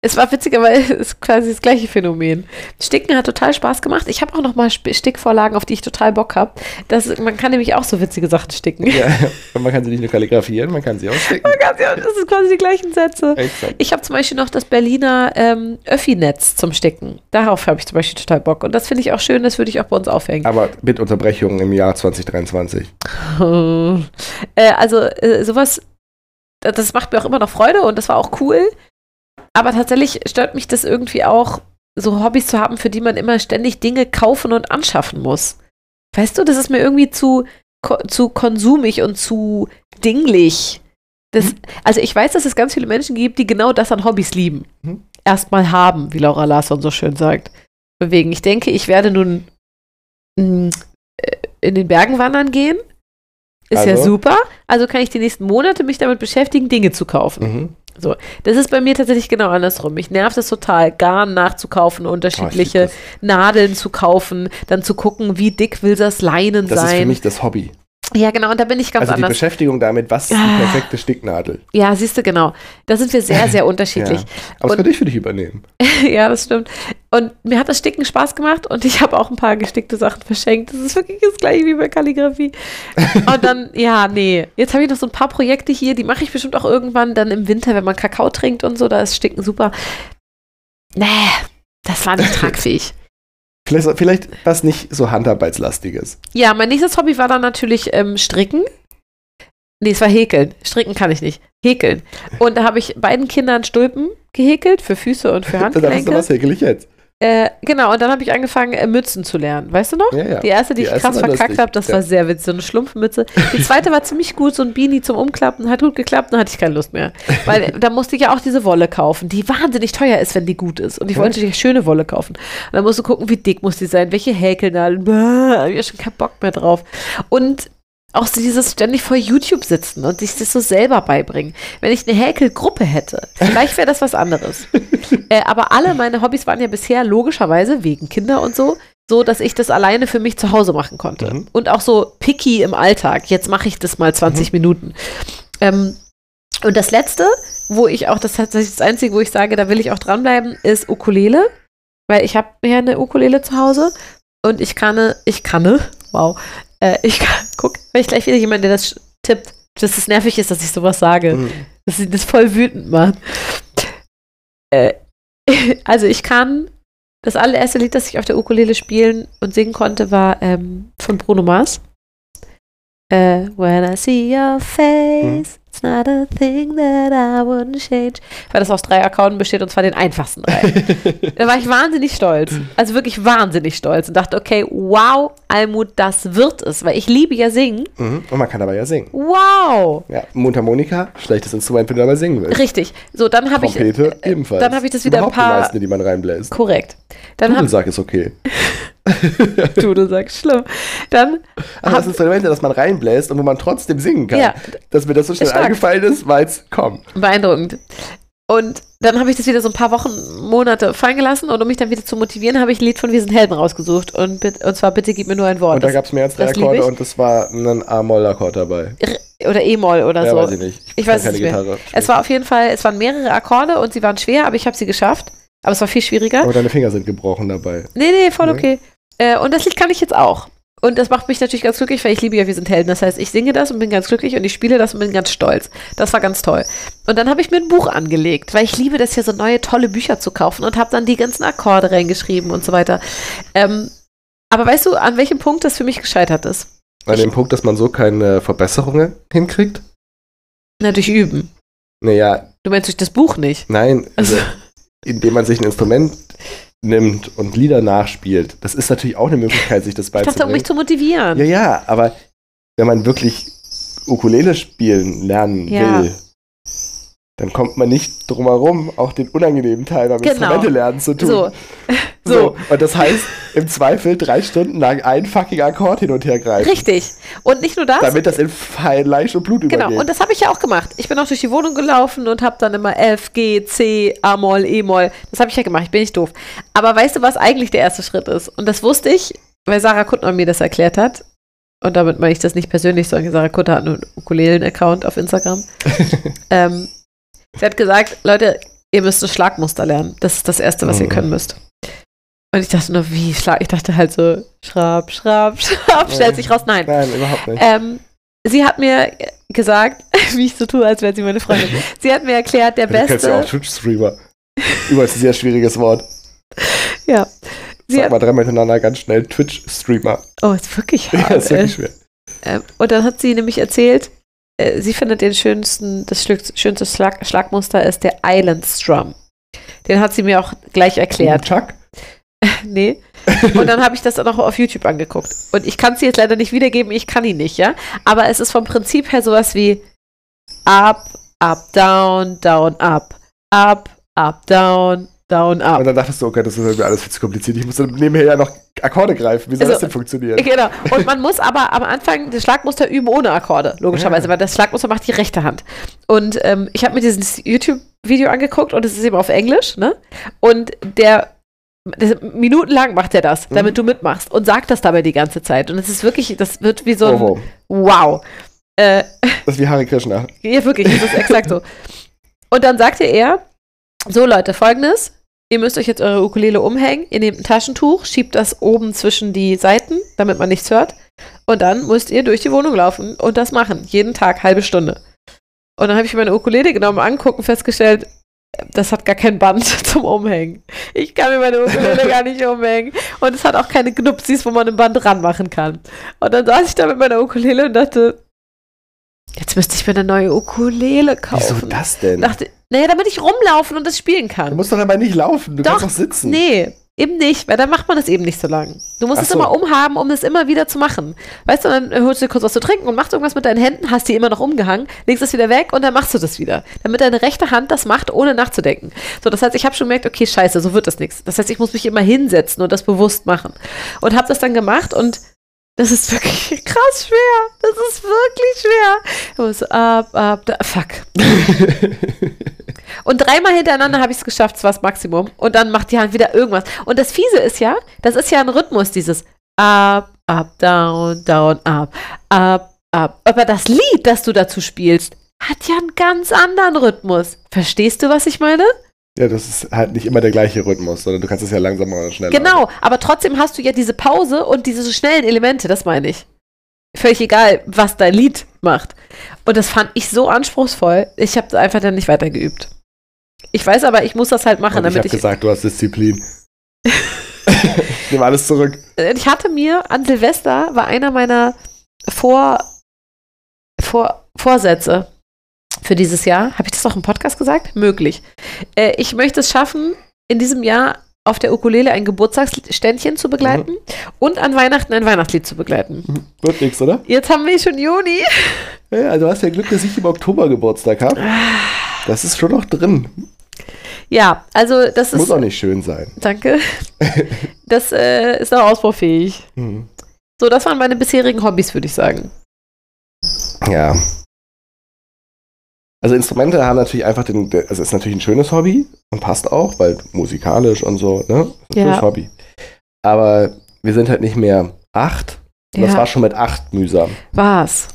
Es war witzigerweise [LAUGHS] es ist quasi das gleiche Phänomen. Sticken hat total Spaß gemacht. Ich habe auch noch mal Sp- Stickvorlagen, auf die ich total Bock habe. Man kann nämlich auch so witzige Sachen sticken.
Ja, [LAUGHS] und man kann sie nicht nur kalligrafieren, man kann sie auch schicken.
Man kann's [LAUGHS] ja- Das sind quasi die gleichen Sätze.
Exakt.
Ich habe zum Beispiel noch das Berliner ähm, Öffi-Netz zum Sticken. Darauf habe ich zum Beispiel total Bock. Und das finde ich auch schön, das würde ich auch bei uns aufhängen.
Aber mit Unterbrechungen im Jahr 2023.
[LAUGHS] äh, also äh, sowas, da- das macht mir auch immer noch Freude und das war auch cool. Aber tatsächlich stört mich das irgendwie auch, so Hobbys zu haben, für die man immer ständig Dinge kaufen und anschaffen muss. Weißt du, das ist mir irgendwie zu, ko zu konsumig und zu dinglich. Das,
Mhm.
Also ich weiß, dass es ganz viele Menschen gibt, die genau das an Hobbys lieben.
Mhm.
Erstmal haben, wie Laura Larsson so schön sagt. Bewegen. Ich denke, ich werde nun mh, äh, in den Bergen wandern gehen. Ist ja
Also?
super. Also kann ich die nächsten Monate mich damit beschäftigen, Dinge zu kaufen.
Mhm.
Das ist bei mir tatsächlich genau andersrum. Mich nervt es total, Garn nachzukaufen,
Oh,
unterschiedliche
ich lieb
Nadeln zu kaufen, dann zu gucken, wie dick will das Leinen
das. das ist für
sein.
mich das Hobby.
Ja, genau, und da bin ich ganz
also die
anders.
Beschäftigung damit, was ist
Ah.
die perfekte Sticknadel?
Ja, siehst du, genau. Da sind wir
[LAUGHS]
sehr, sehr unterschiedlich. Und-
Aber das könnte ich für dich übernehmen.
[LAUGHS] Ja, das stimmt. Und mir hat das Sticken Spaß gemacht und ich habe auch ein paar gestickte Sachen verschenkt. Das ist wirklich das gleiche wie bei Kalligrafie. Und dann, [LAUGHS] ja, nee. Jetzt habe ich noch so ein paar Projekte hier, die mache ich bestimmt auch irgendwann dann im Winter, wenn man Kakao trinkt und so, da ist Sticken super. Nee, das war
[LAUGHS]
nicht tragfähig.
Vielleicht, vielleicht was nicht so handarbeitslastiges.
Ja, mein nächstes Hobby war dann natürlich ähm, Stricken. Nee, es war Häkeln. Stricken kann ich nicht. Häkeln. Und da habe ich beiden Kindern Stulpen gehäkelt für Füße
[LAUGHS]
und für
Dann hast du
Handgelenke.
was häkel ich jetzt.
Äh, genau, und dann habe ich angefangen, äh, Mützen zu lernen. Weißt du noch?
Ja, ja.
Die erste, die,
Die
ich
erste
krass
war lustig,
verkackt habe, das
ja.
war sehr witzig, so eine Schlumpfmütze. Die zweite war ziemlich gut, so ein Beanie zum Umklappen, hat gut geklappt, dann hatte ich keine Lust mehr.
[LAUGHS]
Weil da musste ich ja auch diese Wolle kaufen, die wahnsinnig teuer ist, wenn die gut ist. Und ich
Ja.
wollte die schöne Wolle kaufen. Und dann musst du gucken, wie dick muss die sein, welche Häkelnadeln, bäh, hab ich ja schon keinen Bock mehr drauf. Und auch so dieses ständig vor YouTube sitzen und sich das so selber beibringen. Wenn ich eine Häkelgruppe hätte, vielleicht wäre das was anderes.
[LAUGHS]
Äh, aber alle meine Hobbys waren ja bisher logischerweise wegen Kinder und so, so dass ich das alleine für mich zu Hause machen konnte.
Mhm.
Und auch so picky im Alltag. Jetzt mache ich das mal 20 Minuten. Ähm, und das letzte, wo ich auch, das ist tatsächlich das Einzige, wo ich sage, da will ich auch dranbleiben, ist Ukulele. Weil ich habe ja eine Ukulele zu Hause und ich kann, ich kann, wow, äh, ich kann, guck, wenn ich gleich wieder jemand, der das sch- tippt, dass es nervig ist, dass ich sowas sage
Mhm.
dass sie das voll wütend macht. Äh, [LAUGHS] also ich kann, das allererste Lied, das ich auf der Ukulele spielen und singen konnte, war ähm, von Bruno Mars. Äh, When I see your face, it's not a thing that I wouldn't change. Weil das aus drei Accounten besteht und zwar den einfachsten drei. da war ich wahnsinnig stolz. Also wirklich wahnsinnig stolz und dachte, okay, wow, Almut, das wird es. Weil ich liebe ja singen.
Mhm. Und man kann dabei ja singen.
Wow!
Ja, Mundharmonika, schlechtes Instrument, wenn du dabei singen willst.
Richtig. So, dann habe ich. äh,
Trompete ebenfalls.
dann hab ich das wieder ein
Überhaupt
paar-
die meisten, die man reinbläst.
Korrekt. Dann haben
Dudelsack ist okay.
[LAUGHS] Dudelsack, schlimm. Dann,
Aber Ah, das Instrument, das man reinbläst und wo man trotzdem singen kann.
Ja.
Dass mir das so schnell
Stark.
eingefallen ist, weil es komm.
beeindruckend. Und dann habe ich das wieder so ein paar Wochen, Monate fallen gelassen und um mich dann wieder zu motivieren, habe ich ein Lied von Wir sind Helden rausgesucht und, bit- und zwar Bitte gib mir nur ein Wort.
Und da gab es mehr als drei
das lieb
Akkorde
ich.
und das war ein A-Moll-Akkord dabei.
oder E-Moll oder
ja,
so.
weiß ich nicht.
Ich
kann
weiß es
keine
nicht mehr.
Gitarre.
Es war auf jeden Fall, es waren mehrere Akkorde und sie waren schwer, aber ich habe sie geschafft. Aber es war viel schwieriger.
Aber deine Finger sind gebrochen dabei.
Nee, nee, voll
Nee.
okay. Äh, und das Lied kann ich jetzt auch. Und das macht mich natürlich ganz glücklich, weil ich liebe ja Wir sind Helden. Das heißt, ich singe das und bin ganz glücklich und ich spiele das und bin ganz stolz. Das war ganz toll. Und dann habe ich mir ein Buch angelegt, weil ich liebe das hier so neue tolle Bücher zu kaufen und habe dann die ganzen Akkorde reingeschrieben und so weiter. Ähm, aber weißt du, an welchem Punkt das für mich gescheitert ist?
An dem Punkt, dass man so keine Verbesserungen hinkriegt?
Na, durch Üben.
Naja,
Du Du meinst durch das Buch nicht?
Nein, also,
[LAUGHS] Also,
indem man sich ein Instrument nimmt und Lieder nachspielt. Das ist natürlich auch eine Möglichkeit, sich das
ich dachte, um
beizubringen.
mich zu motivieren.
ja, ja, aber wenn man wirklich Ukulele spielen lernen
Ja.
will, dann kommt man nicht drum herum, auch den unangenehmen Teil beim
Genau.
Instrumente lernen zu tun.
so.
So,
So.
und das heißt, im Zweifel drei Stunden lang ein fucking Akkord hin und her greifen,
Richtig. Und nicht nur das.
damit das in Fein, Leisch und Blut
genau.
übergeht.
Und das habe ich ja auch gemacht. Ich bin auch durch die Wohnung gelaufen und habe dann immer F, G, C, A-Moll, E-Moll. Das habe ich ja gemacht. Ich bin nicht doof. Aber weißt du, was eigentlich der erste Schritt ist? Und das wusste ich, weil Sarah Kuttner mir das erklärt hat. Und damit meine ich das nicht persönlich, sondern Sarah Kuttner hat einen Ukulelen-Account auf
[LAUGHS]
Instagram. ähm, sie hat gesagt, Leute, ihr müsst ein Schlagmuster lernen. Das ist das Erste, was ihr
Mhm.
können müsst. Und ich dachte nur, wie Schlag? Ich dachte halt so, Schrab, Schrab,
Oh.
Schrab, stellt sich raus. Nein.
Nein, überhaupt nicht.
Ähm, sie hat mir gesagt, [LAUGHS] wie ich so tue, als wäre sie meine Freundin. Sie hat mir erklärt, der
du kennst Mhm. ja auch
beste.
Twitch-Streamer. Übrigens ein sehr schwieriges Wort.
Ja. Sie
Sag
hat,
mal dreimal hintereinander ganz schnell Twitch-Streamer.
oh, ist wirklich
[LAUGHS] Ja,
hart.
ist
ey.
wirklich schwer.
Ähm, und dann hat sie nämlich erzählt, äh, sie findet den schönsten, das schlü- schönste Schlag, Schlagmuster ist der Island Strum. Den hat sie mir auch gleich erklärt.
Chuck?
[LAUGHS] Nee. Und dann habe ich das auch auf YouTube angeguckt. Und ich kann es jetzt leider nicht wiedergeben, ich kann ihn nicht, ja. Aber es ist vom Prinzip her sowas wie up, up, down, down, up, up, up, down, down,
Und
up.
dann dachtest du, okay, das ist irgendwie alles viel zu kompliziert. Ich muss dann nebenher ja noch Akkorde greifen. Wie soll
Also,
das denn funktionieren?
[LAUGHS] Genau. Und man muss aber am Anfang das Schlagmuster üben ohne Akkorde, logischerweise,
Ja.
weil das Schlagmuster macht die rechte Hand. Und ähm, ich habe mir dieses YouTube-Video angeguckt und es ist eben auf Englisch, ne? Und der das, minutenlang macht er das, damit du mitmachst und sagt das dabei die ganze Zeit. Und es ist wirklich, das wird wie so ein
oh, wow.
Wow. Äh,
Das ist wie Hare Krishna.
ja, wirklich, das ist exakt so. Und dann sagte er, so Leute, folgendes, ihr müsst euch jetzt eure Ukulele umhängen, ihr nehmt ein Taschentuch, schiebt das oben zwischen die Seiten, damit man nichts hört. Und dann müsst ihr durch die Wohnung laufen und das machen. Jeden Tag, halbe Stunde. Und dann habe ich meine Ukulele genommen, angucken, festgestellt, das hat gar kein Band [LAUGHS] zum Umhängen. Ich kann mir meine Ukulele gar nicht umhängen. Und es hat auch keine Knupsis, wo man ein Band ranmachen kann. Und dann saß ich da mit meiner Ukulele und dachte, jetzt müsste ich mir eine neue Ukulele kaufen.
Wieso das denn?
Dachte, naja, damit ich rumlaufen und das spielen
Genau. du
kann.
musst doch dabei nicht laufen. Du
Doch,
kannst doch sitzen.
Nee, eben nicht, weil dann macht man das eben nicht so lang. Du musst
Ach
es
so.
immer umhaben, um es immer wieder zu machen. Weißt du, dann holst du dir kurz was zu trinken und machst irgendwas mit deinen Händen, hast die immer noch umgehangen, legst es wieder weg und dann machst du das wieder. Damit deine rechte Hand das macht, ohne nachzudenken. So, das heißt, ich habe schon gemerkt, okay, scheiße, so wird das nichts. Das heißt, ich muss mich immer hinsetzen und das bewusst machen. Und habe das dann gemacht und das ist wirklich [LAUGHS] krass schwer. Das ist wirklich schwer. Ich muss ab, ab, da, fuck. Und dreimal hintereinander habe ich es geschafft, es war das Maximum. Und dann macht die Hand wieder irgendwas. Und das Fiese ist ja, das ist ja ein Rhythmus, dieses Up, Up, Down, Down, Up, Up, Up. Aber das Lied, das du dazu spielst, hat ja einen ganz anderen Rhythmus. Verstehst du, was ich meine?
Ja, das ist halt nicht immer der gleiche Rhythmus, sondern du kannst es ja langsamer oder schneller.
Genau, aber trotzdem hast du ja diese Pause und diese schnellen Elemente, das meine ich. Völlig egal, was dein Lied macht. Und das fand ich so anspruchsvoll, ich habe einfach dann nicht weitergeübt. Ich weiß aber, ich muss das halt machen,
Und ich
damit
habe
ich.
gesagt, du hast
[LAUGHS]
Disziplin. ich nehme alles zurück.
Äh, ich hatte mir an Silvester war einer meiner Vor, Vor, Vorsätze für dieses Jahr. Habe ich das auch im Podcast gesagt? Möglich. Äh, ich möchte es schaffen, in diesem Jahr auf der Ukulele ein Geburtstagsständchen zu begleiten
Mhm.
und an Weihnachten ein Weihnachtslied zu begleiten.
Wird nichts, oder?
Jetzt haben wir schon Juni.
Ja, also du hast ja Glück, dass ich im Oktober Geburtstag habe.
Ah.
Das ist schon noch drin.
Ja, also das
Muss
ist.
auch nicht schön sein. [LAUGHS]
Danke. Das äh, ist auch ausbaufähig.
Hm.
So, das waren meine bisherigen Hobbys, würde ich sagen.
Ja. Also Instrumente haben natürlich einfach den, der- also ist natürlich ein schönes Hobby und passt auch, weil musikalisch und so, ne? Ist ein
Ja.
schönes Hobby. Aber wir sind halt nicht mehr acht. Und das war schon mit acht mühsam.
war's.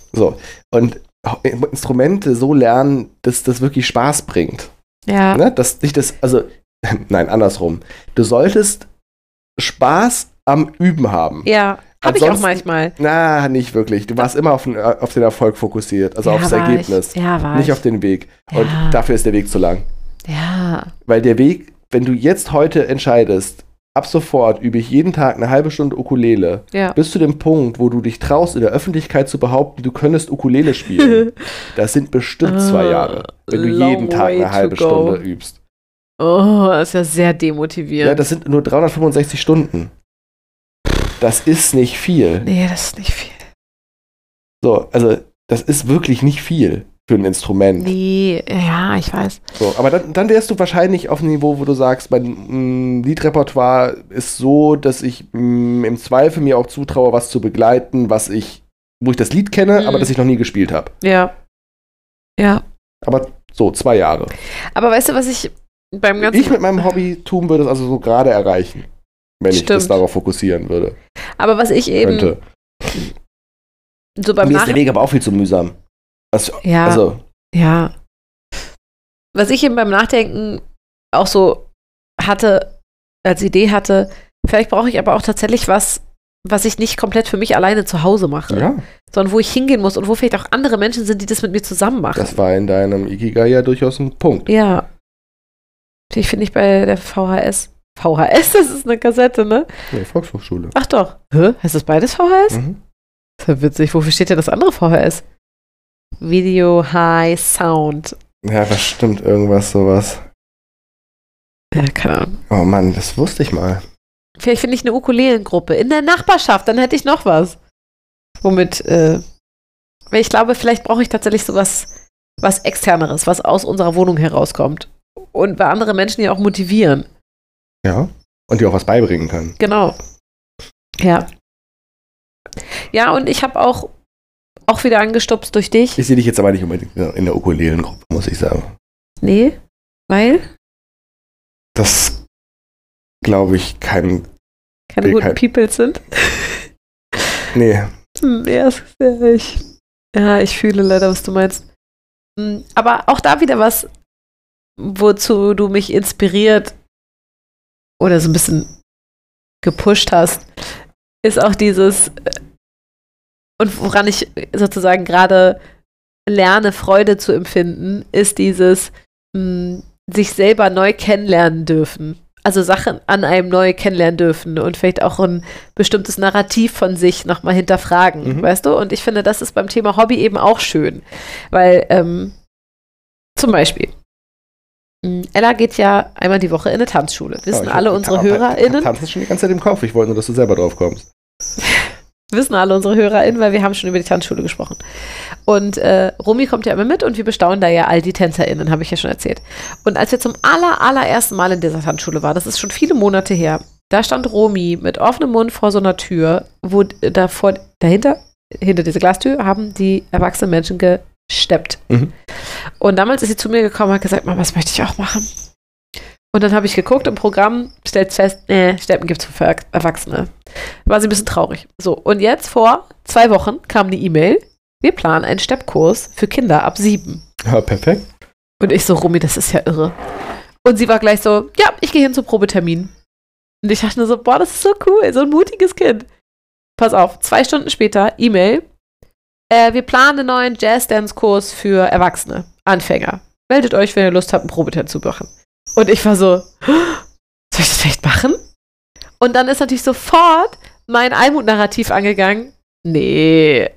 Und äh, Instrumente so lernen, dass das wirklich Spaß bringt.
Ja.
Ne? Dass dich das, also, [LAUGHS] nein, andersrum. Du solltest Spaß am Üben haben.
Ja. Habe ich auch
Ansonsten-
manchmal.
Na, nicht wirklich. Du warst immer auf den, auf den Erfolg fokussiert, also
ja,
aufs
war
Ergebnis.
Ich. Ja, war
Nicht
ich.
auf den Weg. Und
Ja.
dafür ist der Weg zu lang.
ja.
Weil der Weg, wenn du jetzt heute entscheidest, ab sofort übe ich jeden Tag eine halbe Stunde Ukulele. [LAUGHS]
Ja.
Bis zu dem Punkt, wo du dich traust, in der Öffentlichkeit zu behaupten, du könntest Ukulele spielen.
[LAUGHS]
Das sind bestimmt zwei
Ah,
Jahre, wenn du
long
jeden Tag
way
eine
to
halbe
go.
Stunde übst.
Oh, das ist ja sehr
Ja,
demotivierend.
das sind nur 365 Stunden. Das ist nicht viel.
nee, das ist nicht viel.
So, also das ist wirklich nicht viel für ein Instrument.
Nee, ja, ich weiß.
So, aber dann, dann wärst du wahrscheinlich auf einem Niveau, wo du sagst, mein mm, Liedrepertoire ist so, dass ich mm, im Zweifel mir auch zutraue, was zu begleiten, was ich, wo ich das Lied kenne,
Mhm.
aber das ich noch nie gespielt habe.
Ja. Ja.
Aber so, zwei Jahre.
Aber weißt du, was ich beim ganzen.
Ich mit meinem Hobbytum würde es also so gerade erreichen, wenn ich das
Stimmt.
darauf fokussieren würde.
aber was ich eben
Könnte.
so beim
Mir ist
Nach
der Weg aber auch viel zu mühsam. Also,
ja,
also
ja. Was ich eben beim Nachdenken auch so hatte, als Idee hatte, vielleicht brauche ich aber auch tatsächlich was, was ich nicht komplett für mich alleine zu Hause mache,
ja,
sondern wo ich hingehen muss und wo vielleicht auch andere Menschen sind, die das mit mir zusammen machen.
das war in deinem Ikigai ja durchaus ein Punkt.
Ja. Die finde ich bei der VHS. VHS, das ist eine Kassette, ne?
Nee, Volkshochschule.
Ach doch. Hä? Heißt das beides VHS?
Mhm.
Das ist ja witzig. Wofür steht denn das andere VHS? Video High Sound.
Ja, das stimmt, irgendwas sowas.
Ja, keine Ahnung.
Oh Mann, das wusste ich mal.
Vielleicht finde ich eine Ukulelengruppe in der Nachbarschaft, dann hätte ich noch was. Womit, äh, weil ich glaube, vielleicht brauche ich tatsächlich sowas, was externeres, was aus unserer Wohnung herauskommt. Und bei andere Menschen ja auch motivieren.
Ja. Und dir auch was beibringen können.
Genau. Ja. Ja, und ich habe auch, auch wieder angestupst durch dich.
Ich sehe dich jetzt aber nicht unbedingt in der Ukulelengruppe, muss ich sagen.
nee, weil?
Das glaube ich kein.
Keine
Nee,
guten
kein-
Peoples sind.
Nee.
Hm, Ja, es ist ja, ich, ja, ich fühle leider, was du meinst. Hm, Aber auch da wieder was, wozu du mich inspiriert oder so ein bisschen gepusht hast, ist auch dieses äh, und woran ich sozusagen gerade lerne, Freude zu empfinden, ist dieses hm, sich selber neu kennenlernen dürfen. Also Sachen an einem neu kennenlernen dürfen und vielleicht auch ein bestimmtes Narrativ von sich nochmal hinterfragen,
Mhm.
weißt du? Und ich finde, das ist beim Thema Hobby eben auch schön, weil ähm, zum Beispiel m, Ella geht ja einmal die Woche in eine Tanzschule. Wissen
Aber ich-
alle unsere
aber-
HörerInnen?
Tanzen ist schon die ganze Zeit im Kopf. Ich wollte nur, dass du selber drauf kommst.
Wissen alle unsere HörerInnen, weil wir haben schon über die Tanzschule gesprochen. Und äh, Romy kommt ja immer mit und wir bestaunen da ja all die TänzerInnen, habe ich ja schon erzählt. Und als wir zum aller, allerersten Mal in dieser Tanzschule waren, das ist schon viele Monate her, da stand Romy mit offenem Mund vor so einer Tür, wo d- davor, dahinter, hinter diese Glastür, haben die erwachsenen Menschen gesteppt.
Mhm.
Und damals ist sie zu mir gekommen und hat gesagt, Mama, das möchte ich auch machen. Und dann habe ich geguckt im Programm, stellt fest, nee, Steppen gibt es für Erwach- Erwachsene. War sie ein bisschen traurig. So, und jetzt vor zwei Wochen kam eine E-Mail, wir planen einen Steppkurs für Kinder ab sieben.
Ja, perfekt.
Und ich so, Romy, das ist ja irre. Und sie war gleich so, ja, ich gehe hin zum Probetermin. Und ich dachte nur so, boah, das ist so cool, so ein mutiges Kind. Pass auf, zwei Stunden später, E-Mail. Äh, wir planen einen neuen Jazz-Dance-Kurs für Erwachsene, Anfänger. Meldet euch, wenn ihr Lust habt, einen Probetermin zu machen. Und ich war so, [GASPS] soll ich das vielleicht machen? Und dann ist natürlich sofort mein Almut-Narrativ angegangen. Nee,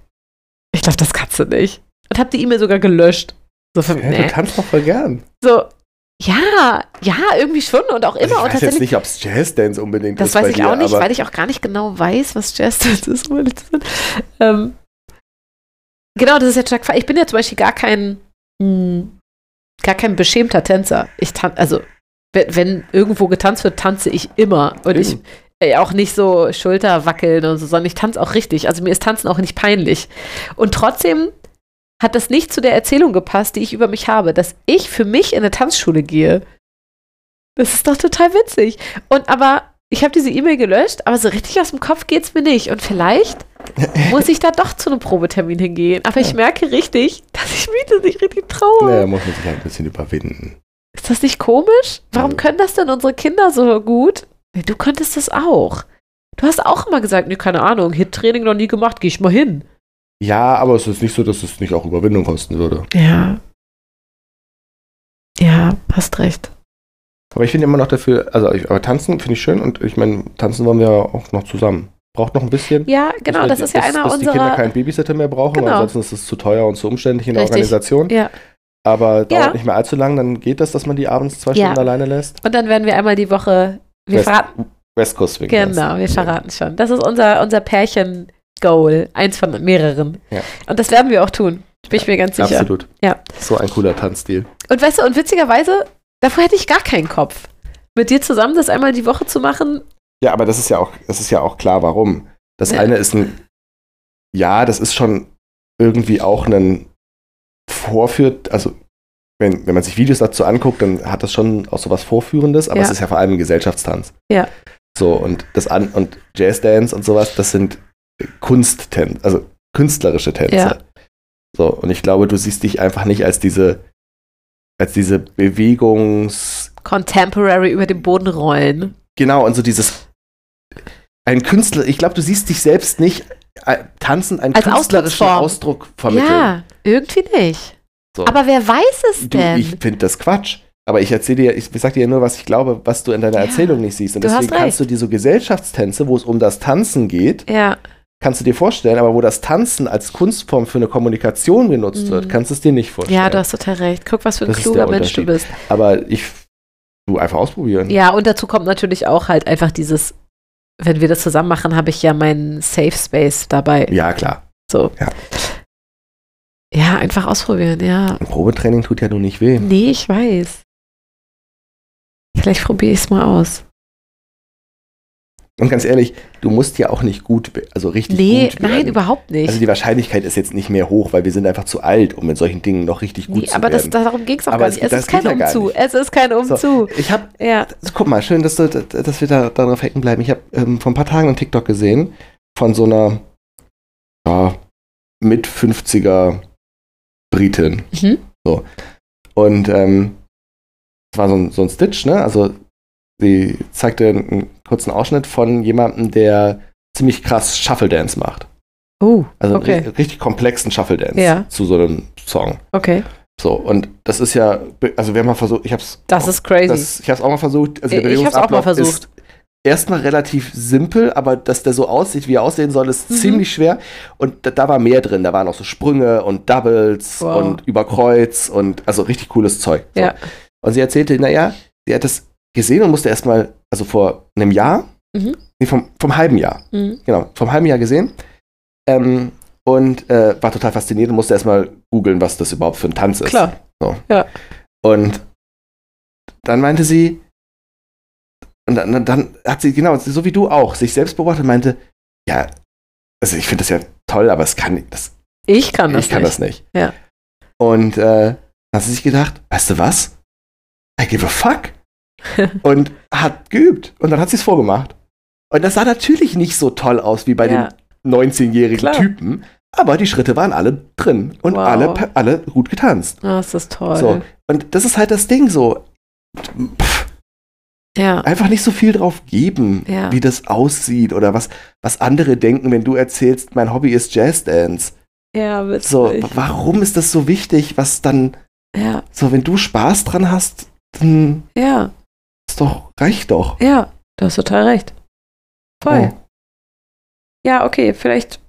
ich glaube, das kannst du nicht. Und habe die E-Mail sogar gelöscht. So von,
Ja,
nee.
Du kannst doch voll gern.
So, ja, ja, irgendwie schon und auch
Also
immer.
ich
und
weiß jetzt
tatsächlich,
nicht, ob es Jazzdance unbedingt
das
ist. bei
weiß ich
dir,
auch nicht,
aber
weil ich auch gar nicht genau weiß, was Jazzdance ist, um ehrlich zu sein. Ähm, genau, das ist ja stark. Ich bin ja zum Beispiel gar kein, hm, gar kein beschämter Tänzer. Ich tan also, wenn, wenn irgendwo getanzt wird, tanze ich immer. Und ich
Eben.
äh, auch nicht so Schulter wackeln und so, sondern ich tanze auch richtig. Also mir ist Tanzen auch nicht peinlich. Und trotzdem hat das nicht zu der Erzählung gepasst, die ich über mich habe, dass ich für mich in eine Tanzschule gehe. Das ist doch total witzig. Und aber ich habe diese E-Mail gelöscht, aber so richtig aus dem Kopf geht's mir nicht. Und
[LAUGHS]
vielleicht muss ich da doch zu einem Probetermin hingehen. Aber ich merke richtig, dass ich mich das nicht richtig traue.
Naja, muss man sich halt ein bisschen überwinden.
Ist das nicht komisch? Warum
Nö.
können das denn unsere Kinder so gut? Nee, Du könntest das auch. Du hast auch immer gesagt, nee, keine Ahnung, Hit-Training noch nie gemacht, geh ich mal hin.
Ja, aber es ist nicht so, dass es nicht auch Überwindung kosten würde.
Ja. Ja, hast recht.
Aber ich finde immer noch dafür, also ich, aber tanzen finde ich schön und ich meine, tanzen wollen wir ja auch noch zusammen. Braucht noch ein bisschen.
Ja, genau,
Dass
das
wir-
ist ja
dass,
einer
dass die Kinder
unserer.
keinen Babysitter mehr brauchen, weil
Genau.
ansonsten ist es zu teuer und zu umständlich in der
Richtig.
Organisation.
Ja.
Aber dauert
Ja.
nicht mehr allzu lang, dann geht das, dass man die abends zwei
Ja.
Stunden alleine lässt.
Und dann werden wir einmal die Woche. Wir
West-
verraten.
West Coast Swing.
Genau, wir
Dance.
verraten schon. Das ist unser, unser Pärchen-Goal. Eins von mehreren.
Ja.
Und das werden wir auch tun. Bin ich mir ganz sicher.
Absolut.
Ja.
So ein cooler Tanzstil.
Und weißt du, und witzigerweise, davor hätte ich gar keinen Kopf. Mit dir zusammen das einmal die Woche zu machen,
Ja, aber das ist ja auch, das ist ja auch klar, warum. Das
Ja.
eine ist ein, ja, das ist schon irgendwie auch ein Vorführt, also wenn, wenn man sich Videos dazu anguckt, dann hat das schon auch so was Vorführendes, aber
Ja.
es ist ja vor allem ein Gesellschaftstanz.
Ja.
So, und das an und Jazzdance und sowas, das sind Kunsttänze, also künstlerische Tänze.
Ja.
So, und ich glaube, du siehst dich einfach nicht als diese, als diese Bewegungs-
Contemporary über den Boden rollen.
Genau, und so dieses ein Künstler, ich glaube, du siehst dich selbst nicht äh, tanzen einen
Als
künstlerischen
Ausdrucksform.
Ausdruck vermitteln.
Ja, irgendwie nicht.
So.
Aber wer weiß es
du,
denn?
ich finde das Quatsch. Aber ich erzähle dir, ich, ich sag dir ja nur, was ich glaube, was du in deiner
Ja,
Erzählung nicht siehst. Und
du hast
deswegen kannst du dir so Gesellschaftstänze, wo es um das Tanzen geht,
ja,
kannst du dir vorstellen, aber wo das Tanzen als Kunstform für eine Kommunikation genutzt wird,
Mhm.
kannst du es dir nicht vorstellen.
ja, du hast total recht. Guck, was für ein
Das ist
kluger
der
Mensch du bist.
aber ich, du einfach ausprobieren.
Ja, und dazu kommt natürlich auch halt einfach dieses, wenn wir das zusammen machen, habe ich ja meinen Safe Space dabei.
ja klar.
So.
Ja.
Ja, einfach ausprobieren, ja.
Ein Probetraining tut ja nun nicht weh.
Nee, ich weiß. Vielleicht probiere ich es mal aus.
Und ganz ehrlich, du musst ja auch nicht gut, we- also richtig
Nee,
gut werden.
nein, überhaupt nicht.
Also die Wahrscheinlichkeit ist jetzt nicht mehr hoch, weil wir sind einfach zu alt, um in solchen Dingen noch richtig gut
nee,
zu
aber das,
werden.
darum ging es auch
Aber
gar nicht. Es
das
ist
geht
kein
ja gar
Umzu.
nicht.
Es ist kein Umzu.
ich habe,
Ja.
guck mal, schön, dass, du, dass wir da darauf hängen bleiben. Ich habe ähm, vor ein paar Tagen einen TikTok gesehen von so einer ja, mit 50er Britin.
Mhm.
Und ähm, das war so ein, so ein Stitch, ne? Also sie zeigte einen kurzen Ausschnitt von jemandem, der ziemlich krass Shuffle Dance macht.
Oh,
Also
Okay.
einen ri- richtig komplexen Shuffle Dance
Ja.
zu so einem Song.
okay.
So, und das ist ja, be- also wir haben mal versucht, ich hab's.
Das
auch,
ist crazy.
Das, ich hab's auch mal versucht. Also der
Ich- ich hab's auch mal
Bewegungsablauf
versucht.
Ist erstmal relativ simpel, aber dass der so aussieht, wie er aussehen soll, ist
Mhm.
ziemlich schwer. Und da, da war mehr drin. Da waren auch so Sprünge und Doubles
Wow.
und Überkreuz und also richtig cooles Zeug. So.
Ja.
Und sie erzählte, naja, sie hat das gesehen und musste erstmal, also vor einem Jahr,
Mhm.
nee, vom, vom halben Jahr,
Mhm.
genau, vom halben Jahr gesehen. Ähm, und äh, war total fasziniert und musste erstmal googeln, was das überhaupt für ein Tanz ist.
Klar.
Und dann meinte sie, und dann, dann hat sie, genau, so wie du auch, sich selbst beobachtet und meinte, ja, also ich finde das ja toll, aber es kann, das,
Ich kann das
ich kann
nicht.
das nicht.
Ja.
Und äh, dann hat sie sich gedacht, weißt du was? I give
[LAUGHS]
a fuck. und hat geübt. Und dann hat sie es vorgemacht. Und das sah natürlich nicht so toll aus wie bei
ja.
den 19-jährigen
Klar.
Typen, aber die Schritte waren alle drin und
Wow.
alle, pa- alle gut getanzt.
Oh, ist das toll.
So. Und das ist halt das Ding so. Pff,
Ja.
einfach nicht so viel drauf geben,
Ja.
wie das aussieht oder was, was andere denken, wenn du erzählst, mein Hobby ist Jazzdance.
Ja, witzig.
So, warum ist das so wichtig, was dann,
Ja,
so, wenn du Spaß dran hast, dann
ja,
ist doch, reicht doch.
ja. Du hast total recht. Voll.
Ja.
Ja, okay, vielleicht,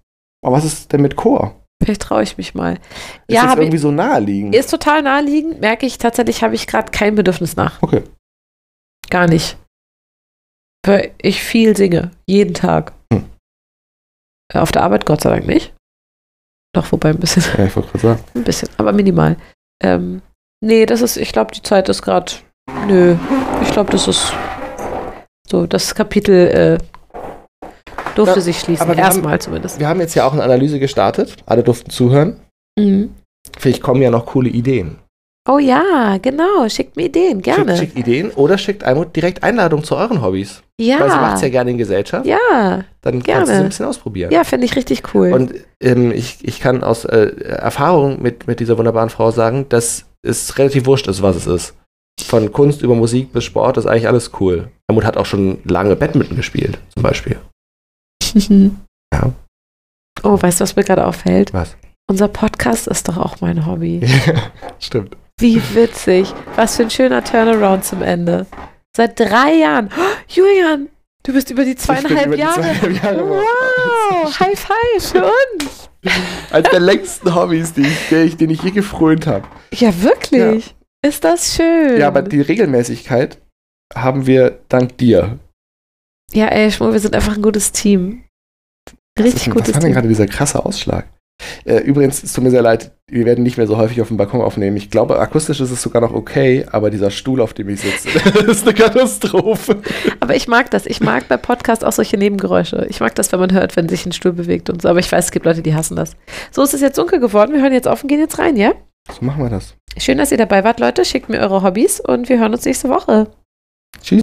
Aber was ist denn mit Chor?
vielleicht traue ich mich mal.
Ist
Ja,
jetzt
hab ich-
irgendwie so naheliegend.
Ist total naheliegend, merke ich tatsächlich, habe ich gerade kein Bedürfnis nach.
Okay.
Gar nicht. Weil ich viel singe, jeden Tag.
Hm.
Auf der Arbeit Gott sei Dank nicht. Doch, wobei ein bisschen, [LAUGHS]
ja, ich wollte gerade sagen.
ein bisschen, aber minimal. Ähm, nee, das ist, ich glaube, die Zeit ist gerade, nö, ich glaube, das ist so, das Kapitel äh, durfte
Ja,
sich schließen,
aber wir haben-
erstmal zumindest.
Wir haben jetzt ja auch eine Analyse gestartet. Alle durften zuhören.
Mhm.
Vielleicht kommen ja noch coole Ideen.
Oh ja, genau, schickt mir Ideen, gerne.
Schickt, schickt Ideen oder schickt Almut direkt Einladung zu euren Hobbys.
ja.
Weil sie macht es ja gerne in Gesellschaft.
Ja,
dann
Gerne.
kannst du es ein bisschen ausprobieren.
ja, finde ich richtig cool.
Und ähm, ich, ich kann aus äh, Erfahrung mit, mit dieser wunderbaren Frau sagen, dass es relativ wurscht ist, was es ist. Von Kunst über Musik bis Sport ist eigentlich alles cool. Helmut hat auch schon lange Badminton gespielt, zum [LAUGHS] Beispiel.
[LAUGHS]
Ja.
Oh, weißt du, was mir gerade auffällt?
Was?
Unser Podcast ist doch auch mein Hobby.
Stimmt.
Wie witzig. Was für ein schöner Turnaround zum Ende. Seit drei Jahren. Oh, Julian, du bist über die zweieinhalb Jahre.
zweieinhalb Jahre
Wow, [LAUGHS] High Five für uns.
Eines der längsten Hobbys, die ich, die ich, den ich je gefrönt habe.
Ja, wirklich. Ist das schön.
Ja, aber die Regelmäßigkeit haben wir dank dir.
ja ey, Schmo, wir sind einfach ein gutes Team.
Was
Richtig
ist denn-
gutes
Was war denn
Team.
gerade dieser krasse Ausschlag? Äh, übrigens, es tut mir sehr leid, wir werden nicht mehr so häufig auf dem Balkon aufnehmen. Ich glaube, akustisch ist es sogar noch okay, aber dieser Stuhl, auf dem ich sitze, [LAUGHS] ist eine Katastrophe.
Aber ich mag das. Ich mag bei Podcasts auch solche Nebengeräusche. Ich mag das, wenn man hört, wenn sich ein Stuhl bewegt und so. Aber ich weiß, es gibt Leute, die hassen das. So ist es jetzt dunkel geworden. Wir hören jetzt auf und gehen jetzt rein, ja?
So machen wir das.
Schön, dass ihr dabei wart, Leute. Schickt mir eure Hobbys und wir hören uns nächste Woche.
Tschüss.